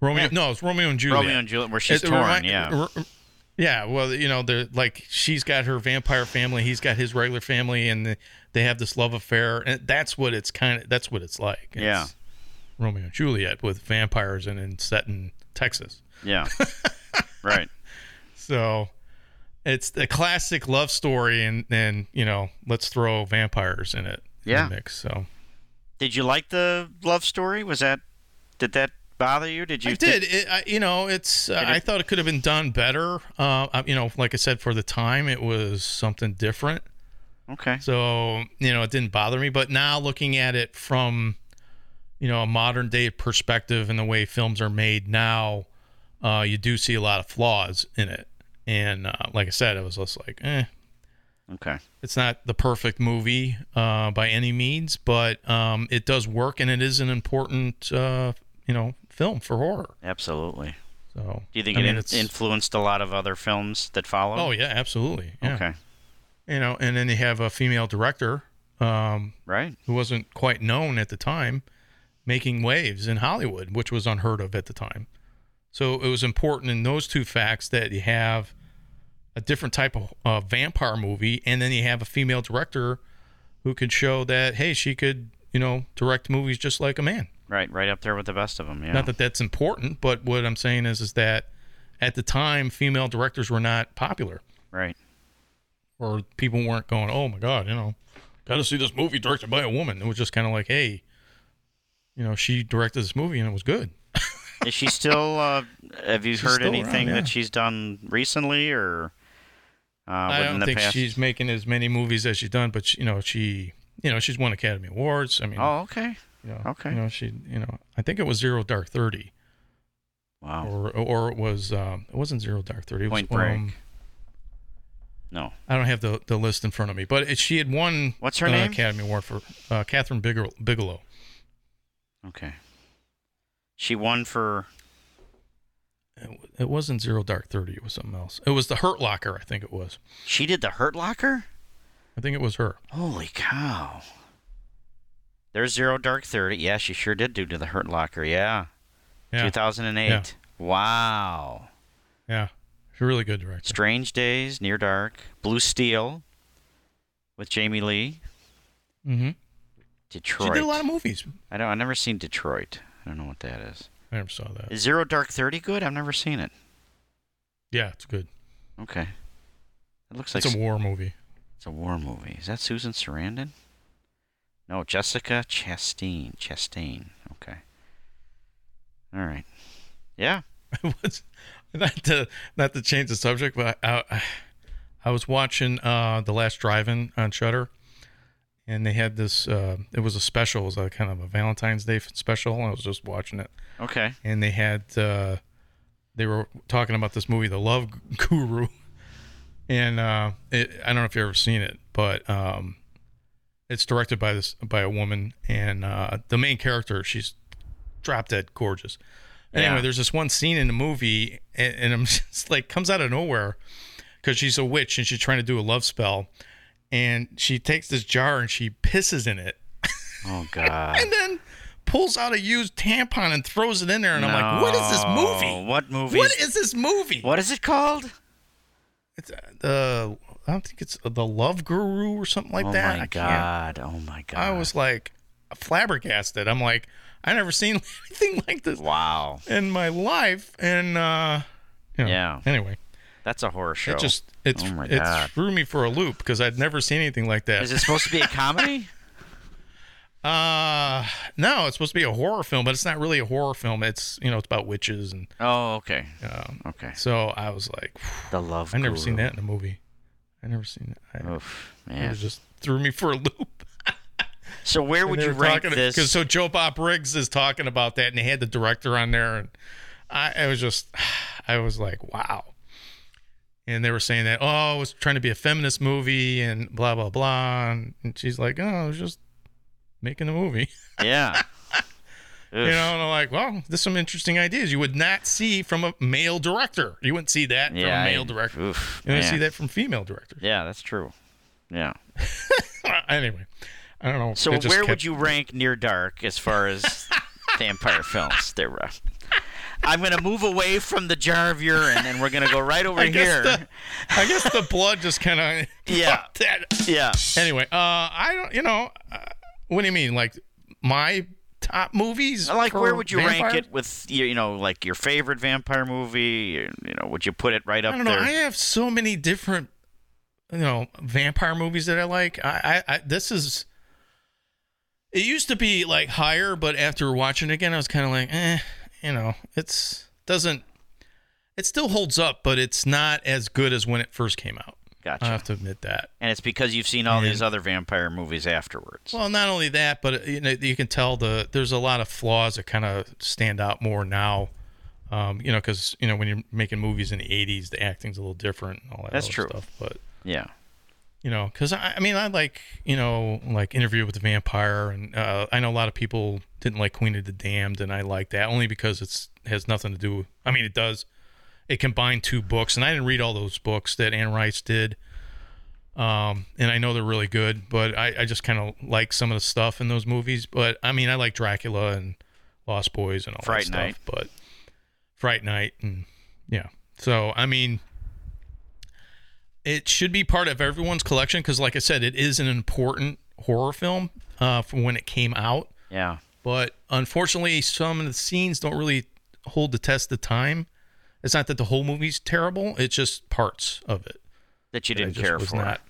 S3: Romeo. No, it's Romeo and Juliet.
S4: Romeo and Juliet, where she's
S3: It
S4: torn.
S3: remi-
S4: yeah,
S3: *laughs* r- yeah. Well, you know, they're like she's got her vampire family, he's got his regular family, and the, they have this love affair, and that's what it's kind of that's what it's like. It's
S4: Yeah.
S3: Romeo and Juliet with vampires and, and set in Texas.
S4: yeah, right.
S3: So it's the classic love story, and and you know, let's throw vampires in it. in the
S4: Yeah.
S3: mix. So
S4: Did you like the love story? Was that did that bother you? Did you
S3: I did. It, I, you know, it's. Uh, I thought it could have been done better. Uh, I- you know, like I said, for the time, it was something different.
S4: Okay.
S3: So, you know, it didn't bother me. But now looking at it from, you know, a modern day perspective and the way films are made now, uh, you do see a lot of flaws in it. And uh, like I said, it was just like, eh,
S4: Okay.
S3: it's not the perfect movie uh, by any means, but um, it does work and it is an important, uh, you know, film for horror.
S4: Absolutely.
S3: So,
S4: Do you think
S3: I
S4: it
S3: mean,
S4: in-
S3: it's-
S4: influenced a lot of other films that followed?
S3: Oh, yeah, absolutely. Yeah.
S4: Okay.
S3: You know, and then you have a female director. Um,
S4: Right.
S3: who wasn't quite known at the time, making waves in Hollywood, which was unheard of at the time. So it was important in those two facts that you have a different type of uh, vampire movie, and then you have a female director who could show that hey, she could you know direct movies just like a man.
S4: Right, right up there with the best of them. Yeah.
S3: Not that that's important, but what I'm saying is is that at the time, female directors were not popular,
S4: right.
S3: or people weren't going, oh my god, you know, got to see this movie directed by a woman. It was just kind of like, hey, you know, she directed this movie and it was good.
S4: Is she still? Uh, have you heard
S3: still
S4: anything
S3: around, yeah.
S4: that she's done recently or uh,
S3: I
S4: within
S3: don't
S4: the
S3: think
S4: past?
S3: she's making as many movies as she's done, but she, you know, she, you know, she's won Academy Awards. I mean,
S4: Oh, okay.
S3: you know,
S4: okay.
S3: you know, she, you know, I think it was Zero Dark Thirty,
S4: Wow.
S3: or or it was, um, it wasn't Zero Dark Thirty. It was,
S4: Oh. Point Break.
S3: um,
S4: No.
S3: I don't have the, the list in front of me, but it, she had won.
S4: What's her
S3: uh,
S4: name?
S3: Academy Award for uh, Catherine Bigelow. Bigelow.
S4: Okay. She won for.
S3: It, w- it wasn't Zero Dark Thirty. It was something else. It was The Hurt Locker. I think it was.
S4: She did the Hurt Locker.
S3: I think it was her.
S4: Holy cow. There's Zero Dark Thirty. Yeah, she sure did do to the Hurt Locker. Yeah.
S3: Yeah,
S4: 2008. Wow.
S3: yeah. She's a really good director.
S4: Strange Days, Near Dark, Blue Steel, with Jamie Lee.
S3: Mm-hmm.
S4: Detroit.
S3: She did a lot of movies.
S4: I don't. I've never seen Detroit. I don't know what that is.
S3: I never saw that.
S4: Is Zero Dark Thirty good? I've never seen it.
S3: Yeah, it's good.
S4: Okay. It looks like
S3: It's a war movie. *laughs*
S4: It's a war movie. Is that Susan Sarandon? No, Jessica Chastain. Chastain. Okay. All right. Yeah.
S3: I was not to not to change the subject, but I I, I was watching uh, the last drive-in on Shutter, and they had this. Uh, it was a special. It was a kind of a Valentine's Day special. and I was just watching it,
S4: Okay.
S3: and they had uh, they were talking about this movie, The Love Guru, and uh, it, I don't know if you've ever seen it, but um, it's directed by this by a woman, and uh, the main character she's drop dead gorgeous. Anyway,
S4: Yeah.
S3: there's this one scene in the movie, and, and I'm *laughs* just like comes out of nowhere because she's a witch and she's trying to do a love spell, and she takes this jar and she pisses in it, *laughs*
S4: Oh God.
S3: and then pulls out a used tampon and throws it in there, and I'm like, what is this
S4: No.
S3: movie?
S4: What movie?
S3: What
S4: is-
S3: is this movie?
S4: What is it called?
S3: It's, uh, I don't think it's the Love Guru or something like
S4: oh
S3: that.
S4: my
S3: I can't-
S4: God. Oh my God.
S3: I was like flabbergasted. I'm like, I never seen *laughs* anything like this.
S4: Wow.
S3: in my life and uh you know,
S4: Yeah.
S3: anyway
S4: That's a horror show.
S3: it just it's
S4: Oh my
S3: it
S4: God.
S3: threw me for a loop because i'd never seen anything like that
S4: Is it supposed to
S3: *laughs*
S4: be a comedy?
S3: uh no it's supposed to be a horror film but it's not really a horror film it's you know it's about witches and um,
S4: oh, okay. okay.
S3: so i was like
S4: The Love.
S3: i never
S4: Guru.
S3: seen that in a movie i never seen that I,
S4: Oof,
S3: it
S4: Oh, man.
S3: just threw me for a loop
S4: So *laughs* where would you rank this?
S3: because so joe bob riggs is talking about that and they had the director on there and i it was just *sighs* i was like wow and they were saying that oh it was trying to be a feminist movie and blah blah blah and, and she's like oh i was just making a movie
S4: *laughs*
S3: *laughs*
S4: yeah.
S3: you know and i'm like well there's some interesting ideas you would not see from a male director you wouldn't see that from
S4: Yeah,
S3: a
S4: I-
S3: male director
S4: oof,
S3: you don't see
S4: man.
S3: that from female directors
S4: Yeah, that's true. Yeah.
S3: Uh, anyway i don't know
S4: So
S3: It just
S4: where
S3: kept-
S4: would you rank Near Dark as
S3: *laughs*
S4: far as vampire films? There, Rob? I'm gonna move away from the jar of urine, and we're gonna go right over
S3: I
S4: here.
S3: guess, the, I guess the blood just kind of
S4: *laughs*
S3: *laughs*
S4: Yeah.
S3: that
S4: yeah.
S3: Anyway, uh, I don't. You know, uh, what do you mean? Like my top movies?
S4: Like,
S3: for
S4: where would you rank
S3: vampires?
S4: it with your- you know, like your favorite vampire movie? You you know, would you put it right up
S3: I don't know.
S4: there?
S3: I have so many different, you know, vampire movies that I like. I, I, I this is. It used to be like higher, but after watching it again, I was kind of like, eh, you know, it's doesn't. It still holds up, but it's not as good as when it first came out.
S4: gotcha.
S3: I have to admit that.
S4: and it's because you've seen all these other vampire movies afterwards.
S3: Well, not only that, but uh, you know you can tell the there's a lot of flaws that kind of stand out more now. Um, you know, because you know when you're making movies in the '80s, the acting's a little different and all that.
S4: That's
S3: other
S4: true.
S3: Stuff, but
S4: yeah.
S3: you know, because I, I mean, I like you know like Interview with the Vampire, and uh, I know a lot of people didn't like Queen of the Damned, and I like that only because it's has nothing to do. I mean, it does. It combined two books, and I didn't read all those books that Anne Rice did. Um, and I know they're really good, but I, I just kind of like some of the stuff in those movies. But I mean, I like Dracula and Lost Boys and all
S4: Fright
S3: that stuff.
S4: Night.
S3: But Fright Night and yeah. So I mean, it should be part of everyone's collection because, like I said, it is an important horror film uh, from when it came out.
S4: Yeah.
S3: But unfortunately, some of the scenes don't really hold the test of time. It's not that the whole movie's terrible; it's just parts of it
S4: That you
S3: that I
S4: didn't
S3: just
S4: care
S3: was
S4: for.
S3: Not,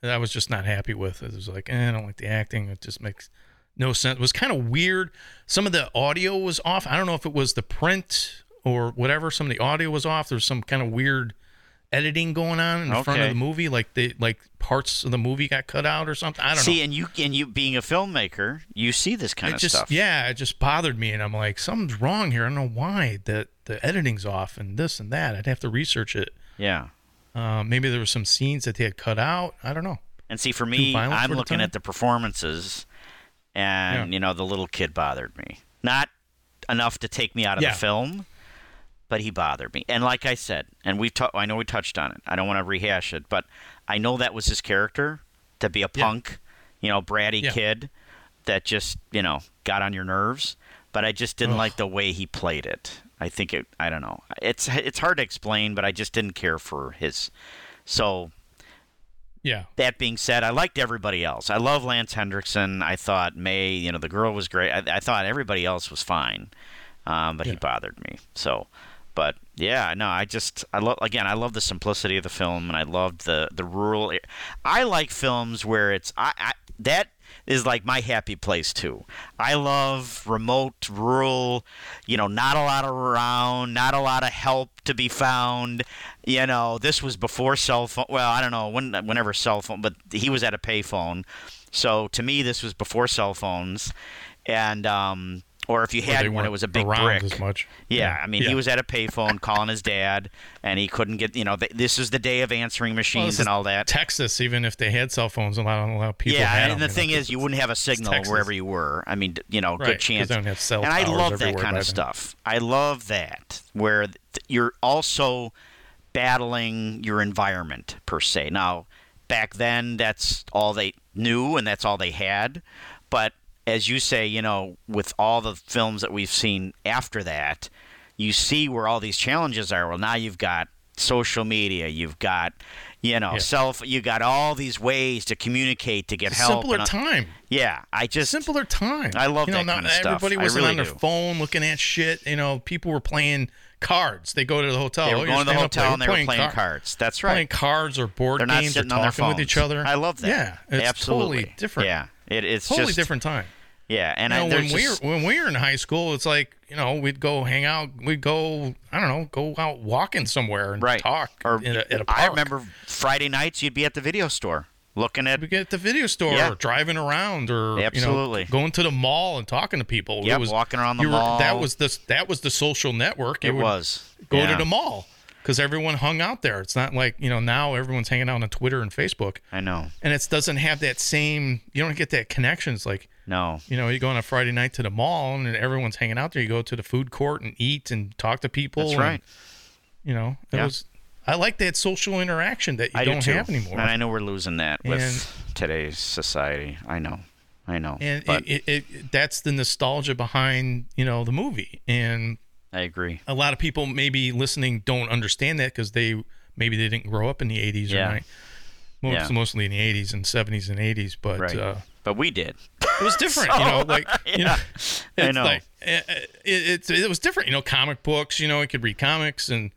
S3: that I was just not happy with. It was like, eh, I don't like the acting. It just makes no sense. It was kind of weird. Some of the audio was off. I don't know if it was the print or whatever. Some of the audio was off. There was some kind of weird editing going on in front of
S4: Okay.
S3: the movie. Like they like parts of the movie got cut out or something. I don't
S4: see,
S3: know.
S4: and you and you being a filmmaker, you see this kind
S3: it
S4: of
S3: just
S4: stuff.
S3: yeah, it just bothered me, and I'm like, something's wrong here. I don't know why that the editing's off and this and that. I'd have to research it.
S4: Yeah.
S3: Uh, maybe there were some scenes that they had cut out. I don't know.
S4: And see, for me,
S3: violent
S4: I'm
S3: for the
S4: looking
S3: time?
S4: at the performances, and
S3: Yeah.
S4: you know, the little kid bothered me. Not enough to take me out of
S3: Yeah.
S4: the film, but he bothered me. And like I said, and we ta- I know we touched on it. I don't want to rehash it, but I know that was his character to be a punk, you know, bratty
S3: Yeah.
S4: kid that just you know got on your nerves. But I just didn't like the way he played it. I think it. I don't know. It's it's hard to explain, but I just didn't care for his. So
S3: Yeah.
S4: that being said, I liked everybody else. I love Lance Hendrickson. I thought May, you know, the girl was great. I, I thought everybody else was fine, um, but he bothered me. So, But yeah, no, I just I love again. I love the simplicity of the film, and I loved the the rural. ar- I like films where it's I, I that is like my happy place too. I love remote, rural. You know, not a lot around, not a lot of help to be found. You know, this was before cell phone. Well, I don't know when whenever cell phone, but he was at a payphone. So to me, this was before cell phones, and um, or if you
S3: Where
S4: had
S3: they
S4: one, it
S3: weren't
S4: was a big
S3: around
S4: brick.
S3: as much.
S4: Yeah,
S3: Yeah.
S4: I mean,
S3: Yeah.
S4: he was at a payphone calling his dad, and he couldn't get. You know, th- this is the day of answering
S3: Well, this
S4: machines and
S3: is
S4: all that.
S3: Texas, even if they had cell phones, a lot, a lot of people.
S4: yeah,
S3: had
S4: and
S3: them,
S4: the thing
S3: know,
S4: is, you wouldn't have a signal
S3: Texas.
S4: wherever you were. I mean, d- you know,
S3: Right,
S4: good
S3: 'cause
S4: chance.
S3: they don't have cell
S4: and I
S3: towers
S4: love that
S3: everywhere
S4: kind
S3: by
S4: of
S3: then.
S4: stuff. I love that where th- you're also battling your environment per se. Now, back then, that's all they knew and that's all they had. But as you say, you know, with all the films that we've seen after that, you see where all these challenges are. Well, now you've got social media, you've got, you know,
S3: Yeah.
S4: self, you got all these ways to communicate to get
S3: It's a
S4: help.
S3: simpler
S4: and-
S3: time.
S4: Yeah, I just
S3: Simpler time.
S4: I love
S3: you know,
S4: that
S3: not
S4: kind of stuff.
S3: Everybody
S4: I
S3: was
S4: really
S3: on their
S4: do.
S3: phone looking at shit. You know, people were playing cards. They go to the hotel.
S4: They
S3: Oh,
S4: were
S3: you're
S4: going to the
S3: staying up late.
S4: hotel and they were
S3: We're
S4: playing
S3: car-
S4: cards. That's
S3: Playing
S4: right.
S3: cards or board
S4: They're not
S3: games
S4: sitting
S3: or
S4: on their
S3: talking
S4: phones
S3: with each other.
S4: I love that.
S3: Yeah, it's
S4: absolutely
S3: totally different.
S4: Yeah, it, it's
S3: totally
S4: just,
S3: different time.
S4: Yeah, and
S3: You
S4: I,
S3: know, when
S4: there's
S3: we were
S4: just-
S3: when we were in high school, it's like you know we'd go hang out, we'd go I don't know, go out walking somewhere and
S4: right
S3: talk
S4: or
S3: in a, at a park.
S4: I remember Friday nights you'd be at the video store looking at
S3: we get at the video store
S4: Yeah.
S3: or driving around or
S4: Absolutely.
S3: you know, going to the mall and talking to people. It
S4: Yep,
S3: was-
S4: walking around the
S3: you were- that
S4: mall.
S3: was the that was the social network. You
S4: it
S3: would
S4: was
S3: go
S4: yeah.
S3: to the mall because everyone hung out there. It's not like you know now everyone's hanging out on Twitter and Facebook,
S4: I know.
S3: and it doesn't have that same. You don't get that connection. It's like
S4: No.
S3: you know you go on a Friday night to the mall and everyone's hanging out there. You go to the food court and eat and talk to people.
S4: That's
S3: and,
S4: right.
S3: You know it
S4: Yeah.
S3: was. I like that social interaction that you
S4: I do
S3: don't
S4: too.
S3: have anymore.
S4: And I know we're losing that with today's society. I know. I know.
S3: and
S4: but
S3: it, it, it, that's the nostalgia behind you know the movie and
S4: I agree.
S3: a lot of people maybe listening don't understand that because they maybe they didn't grow up in the 80s or
S4: Yeah.
S3: 90s most,
S4: Yeah.
S3: mostly in the 80s and 70s and 80s but
S4: Right.
S3: uh,
S4: but
S3: *laughs*
S4: we did.
S3: it was
S4: *laughs*
S3: different you know like you know it's
S4: I know.
S3: like it, it, it, it was different you know comic books you know you could read comics and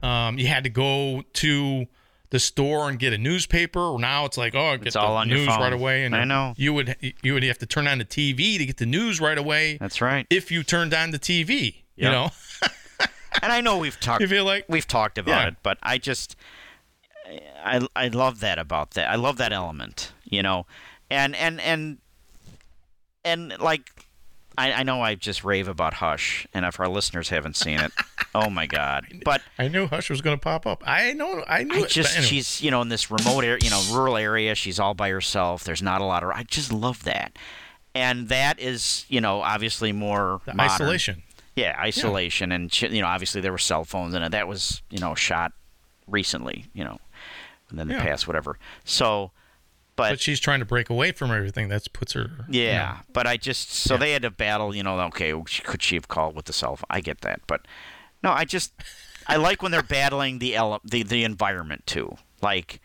S3: um, you had to go to the store and get a newspaper. Now it's like, oh, I get
S4: It's
S3: the
S4: all on your
S3: news
S4: phone.
S3: right away. And
S4: I know.
S3: you would you would have to turn on the TV to get the news right away.
S4: That's right.
S3: if you turned on the TV. You
S4: Yep.
S3: know,
S4: and I know we've
S3: *laughs*
S4: talked.
S3: You feel like-
S4: we've talked about
S3: Yeah.
S4: it, but I just, I, I love that about that. I love that element, you know, and and and and like, I, I know I just rave about Hush, and if our listeners haven't
S3: *laughs*
S4: seen it, oh my god! But
S3: I knew Hush was going to pop up. I know, I knew.
S4: I
S3: it, but
S4: just,
S3: anyway.
S4: she's, you know, in this remote area, you know, rural area. She's all by herself. There's not a lot of. I just love that, and that is, you know, obviously more
S3: the
S4: modern.
S3: isolation.
S4: Yeah, isolation, and ch- you know, obviously there were cell phones, and that was you know shot recently, you know, and then the
S3: Yeah.
S4: past whatever. So, but,
S3: But she's trying to break away from everything. That's puts her.
S4: yeah, but I just so they had to battle, you know. Okay, could she have called with the cell phone? I get that, but no, I just I like when they're battling the ele- the the environment too, like.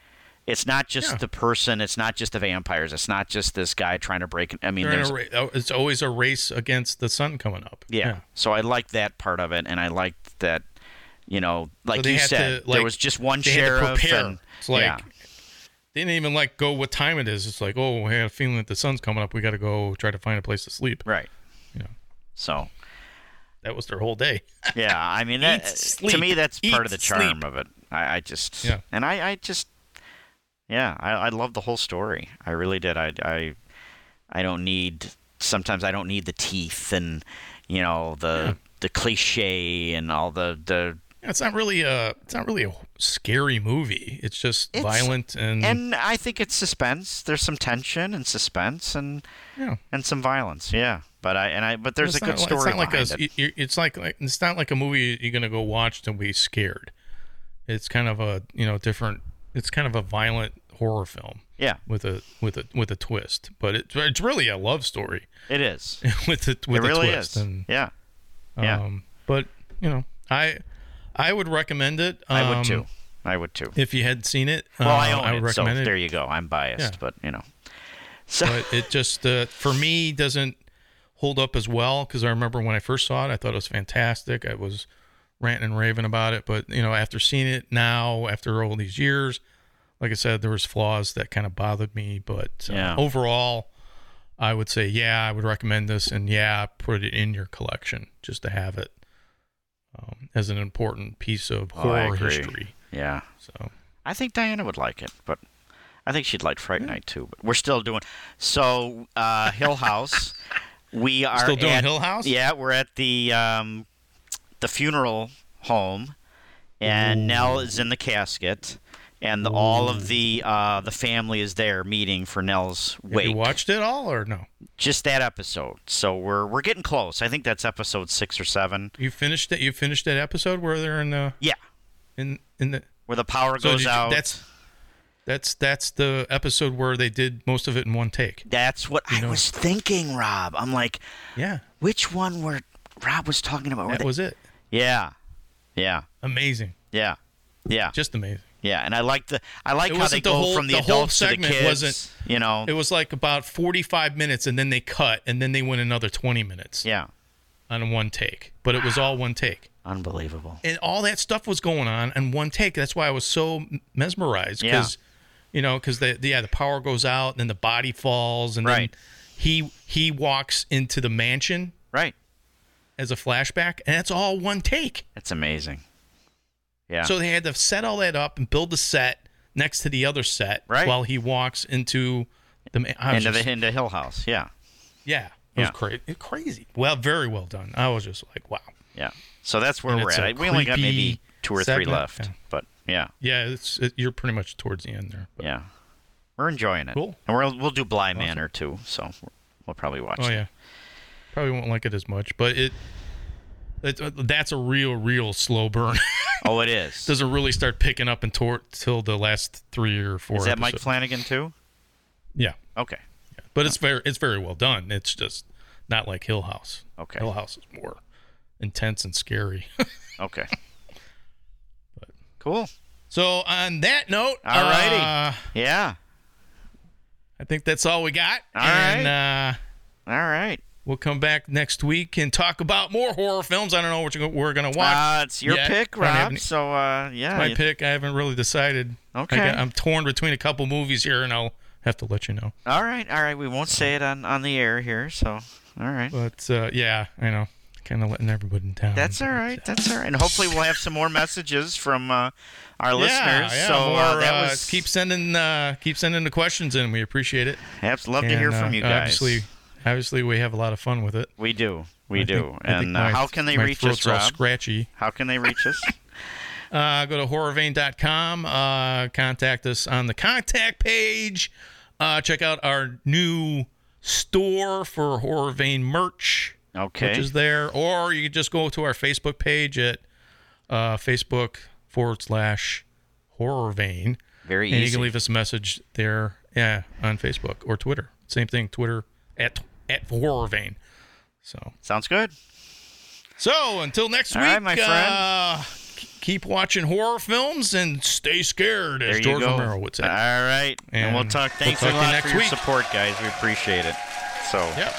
S4: It's not just
S3: Yeah.
S4: the person. It's not just the vampires. It's not just this guy trying to break. I mean,
S3: They're in
S4: there's
S3: a ra- oh, it's always a race against the sun coming up.
S4: Yeah. So I liked that part of it, and I liked that, you know,
S3: So
S4: like
S3: they
S4: you
S3: had
S4: said,
S3: to,
S4: there
S3: like,
S4: was just one
S3: they had to
S4: sheriff.
S3: prepare.
S4: and-
S3: It's like-
S4: yeah,
S3: They didn't even like go what time it is. It's like, oh, I had a feeling that the sun's coming up. We got to go try to find a place to sleep.
S4: right.
S3: You know,
S4: So
S3: that was their whole day.
S4: yeah, I mean, that, to
S3: sleep.
S4: me, that's
S3: Eat,
S4: part of the charm
S3: sleep.
S4: of it. I, I just,
S3: Yeah.
S4: and I, I just, yeah, I, I love the whole story. I really did. I, I, I don't need. Sometimes I don't need the teeth and, you know, the the cliche and all the the
S3: Yeah, It's not really a. It's not really a scary movie. It's just
S4: It's-
S3: violent and,
S4: and I think it's suspense. There's some tension and suspense and
S3: yeah.
S4: and some violence. Yeah, but I and I but there's a
S3: It's
S4: good
S3: not-
S4: story
S3: It's not
S4: behind
S3: like a,
S4: it.
S3: you- you- It's like, like it's not like a movie you're gonna go watch to be scared. It's kind of a you know different. It's kind of a violent horror film
S4: Yeah,
S3: with a with a with a twist, but it, it's really a love story *laughs*
S4: it is.
S3: with the
S4: It
S3: with a
S4: really
S3: twist.
S4: is.
S3: And,
S4: yeah, yeah.
S3: Um, but you know, I I would recommend it.
S4: I
S3: um,
S4: would too. I would too.
S3: if you had seen it.
S4: Well,
S3: uh,
S4: I own
S3: would
S4: it, so
S3: recommend it.
S4: there you go. I'm biased,
S3: Yeah.
S4: but you know. *laughs* So
S3: but it just uh, for me doesn't hold up as well because I remember when I first saw it, I thought it was fantastic. I was ranting and raving about it. But you know, after seeing it now, after all these years, like I said, there was flaws that kind of bothered me. But uh,
S4: Yeah.
S3: overall, I would say, yeah, I would recommend this, and yeah, put it in your collection just to have it um, as an important piece of
S4: Oh, I
S3: horror
S4: agree.
S3: history.
S4: Yeah.
S3: So
S4: I think Diana would like it, but I think she'd like Fright Night too. But we're still doing so. Uh, Hill
S3: *laughs*
S4: House. We are
S3: Still doing
S4: at-
S3: Hill House?
S4: Yeah, we're at the um, the funeral home, and Nell is in the casket, and the, all of the uh, the family is there meeting for Nell's
S3: have Mm. you
S4: wake.
S3: watched it all or no?
S4: Just that episode. So we're we're getting close. I think that's episode six or seven.
S3: You finished it. You finished that episode where they're in the
S4: Yeah,
S3: in in the.
S4: where the power
S3: So
S4: goes
S3: did you-
S4: out.
S3: That's that's that's the episode where they did most of it in one take.
S4: that's what I
S3: know-
S4: was thinking, Rob. I'm like.
S3: Yeah,
S4: Which one were Rob was talking about? Were
S3: that
S4: they-
S3: was it.
S4: yeah, yeah,
S3: Amazing,
S4: yeah, yeah,
S3: just amazing.
S4: yeah. And I like the I like
S3: It
S4: how they
S3: wasn't the
S4: go
S3: whole-
S4: from the,
S3: the whole
S4: adults to the
S3: segment
S4: kids.
S3: wasn't-
S4: you know?
S3: It was like about forty-five minutes, and then they cut, and then they went another twenty minutes
S4: yeah,
S3: on one take. But it was all one take,
S4: unbelievable.
S3: and all that stuff was going on in one take. That's why I was so mesmerized
S4: Yeah.
S3: because, you know, because the, the yeah the power goes out, and then the body falls, and
S4: Right.
S3: then he he walks into the mansion
S4: Right?
S3: as a flashback, and that's all one take.
S4: That's amazing. Yeah.
S3: So they had to set all that up and build the set next to the other set
S4: Right.
S3: while he walks into the. ma- I was
S4: into
S3: just-
S4: the into Hill House. Yeah,
S3: yeah, it
S4: Yeah.
S3: was cra- it- crazy. Well, very well done. I was just like, wow.
S4: yeah. So that's where
S3: And
S4: we're
S3: it's
S4: at.
S3: a
S4: I- We only got maybe
S3: creepy
S4: two or
S3: segment.
S4: three left,
S3: Yeah.
S4: but yeah,
S3: Yeah, it's it, you're pretty much towards the end there. But,
S4: yeah. We're enjoying it,
S3: Cool.
S4: and we'll we'll do Bly Manor too. So we'll probably watch.
S3: Oh
S4: that.
S3: yeah, probably won't like it as much, but it. It, uh, that's a real, real slow burn. *laughs*
S4: Oh, it is.
S3: Doesn't really start picking up until till the last three or four.
S4: is that Mike
S3: episodes.
S4: Flanagan too?
S3: Yeah,
S4: Okay.
S3: But it's very it's very well done. It's just not like Hill House.
S4: Okay.
S3: Hill House is more intense and scary.
S4: *laughs* Okay. cool.
S3: so on that note,
S4: Alrighty.
S3: uh,
S4: Yeah.
S3: I think that's all we got.
S4: All
S3: and uh,
S4: All right.
S3: we'll come back next week and talk about more horror films. I don't know what you're, we're gonna watch.
S4: Uh, it's your
S3: yet.
S4: pick,
S3: I don't have
S4: Rob.
S3: any-
S4: so uh, yeah.
S3: My
S4: you-
S3: pick. I haven't really decided.
S4: Okay.
S3: I am torn between a couple movies here, and I'll have to let you know.
S4: All right. All right. We won't say it on on the air here. So all right.
S3: But uh, yeah, I know, kind of letting everybody down.
S4: That's all right. That's all right. And hopefully we'll have some more messages from uh, our
S3: Yeah,
S4: listeners.
S3: yeah,
S4: so uh,
S3: more,
S4: that
S3: uh,
S4: was
S3: keep sending uh, keep sending the questions in. We appreciate it.
S4: Abs- love to hear
S3: And, uh,
S4: from you guys.
S3: Obviously, obviously, we have a lot of fun with it.
S4: we do. We
S3: I
S4: do.
S3: think- I think
S4: and uh,
S3: my-
S4: how can they
S3: my
S4: reach us,
S3: throat's all
S4: Rob?
S3: Scratchy.
S4: how can they
S3: *laughs*
S4: reach us?
S3: Uh, go to horrorvein.com. Uh, contact us on the contact page. Uh, check out our new store for Horror Vein merch,
S4: Okay.
S3: which is there, or you can just go to our Facebook page at uh, Facebook forward slash Horror Vein.
S4: Very
S3: and you
S4: easy.
S3: can leave us a message there, yeah, on Facebook or Twitter. Same thing, Twitter at at Horror Vein. So,
S4: Sounds good.
S3: so until next
S4: All
S3: week,
S4: right, my friend.
S3: Uh, k- keep watching horror films and stay scared, as
S4: There you
S3: George
S4: go.
S3: Romero would say.
S4: All right. And, we'll
S3: And
S4: talk.
S3: we'll
S4: Thanks
S3: talk
S4: a
S3: to you
S4: lot
S3: next
S4: for your
S3: week.
S4: support, guys. We appreciate it. So
S3: yep.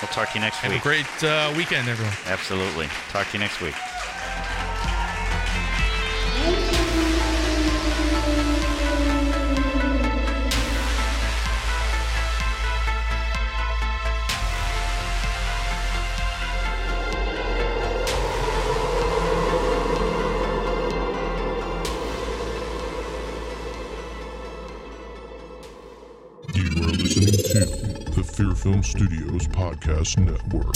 S4: we'll talk to you next
S3: Have a
S4: week.
S3: great uh, weekend, everyone.
S4: Absolutely. Talk to you next week.
S1: You are listening to the Fear Film Studios Podcast Network.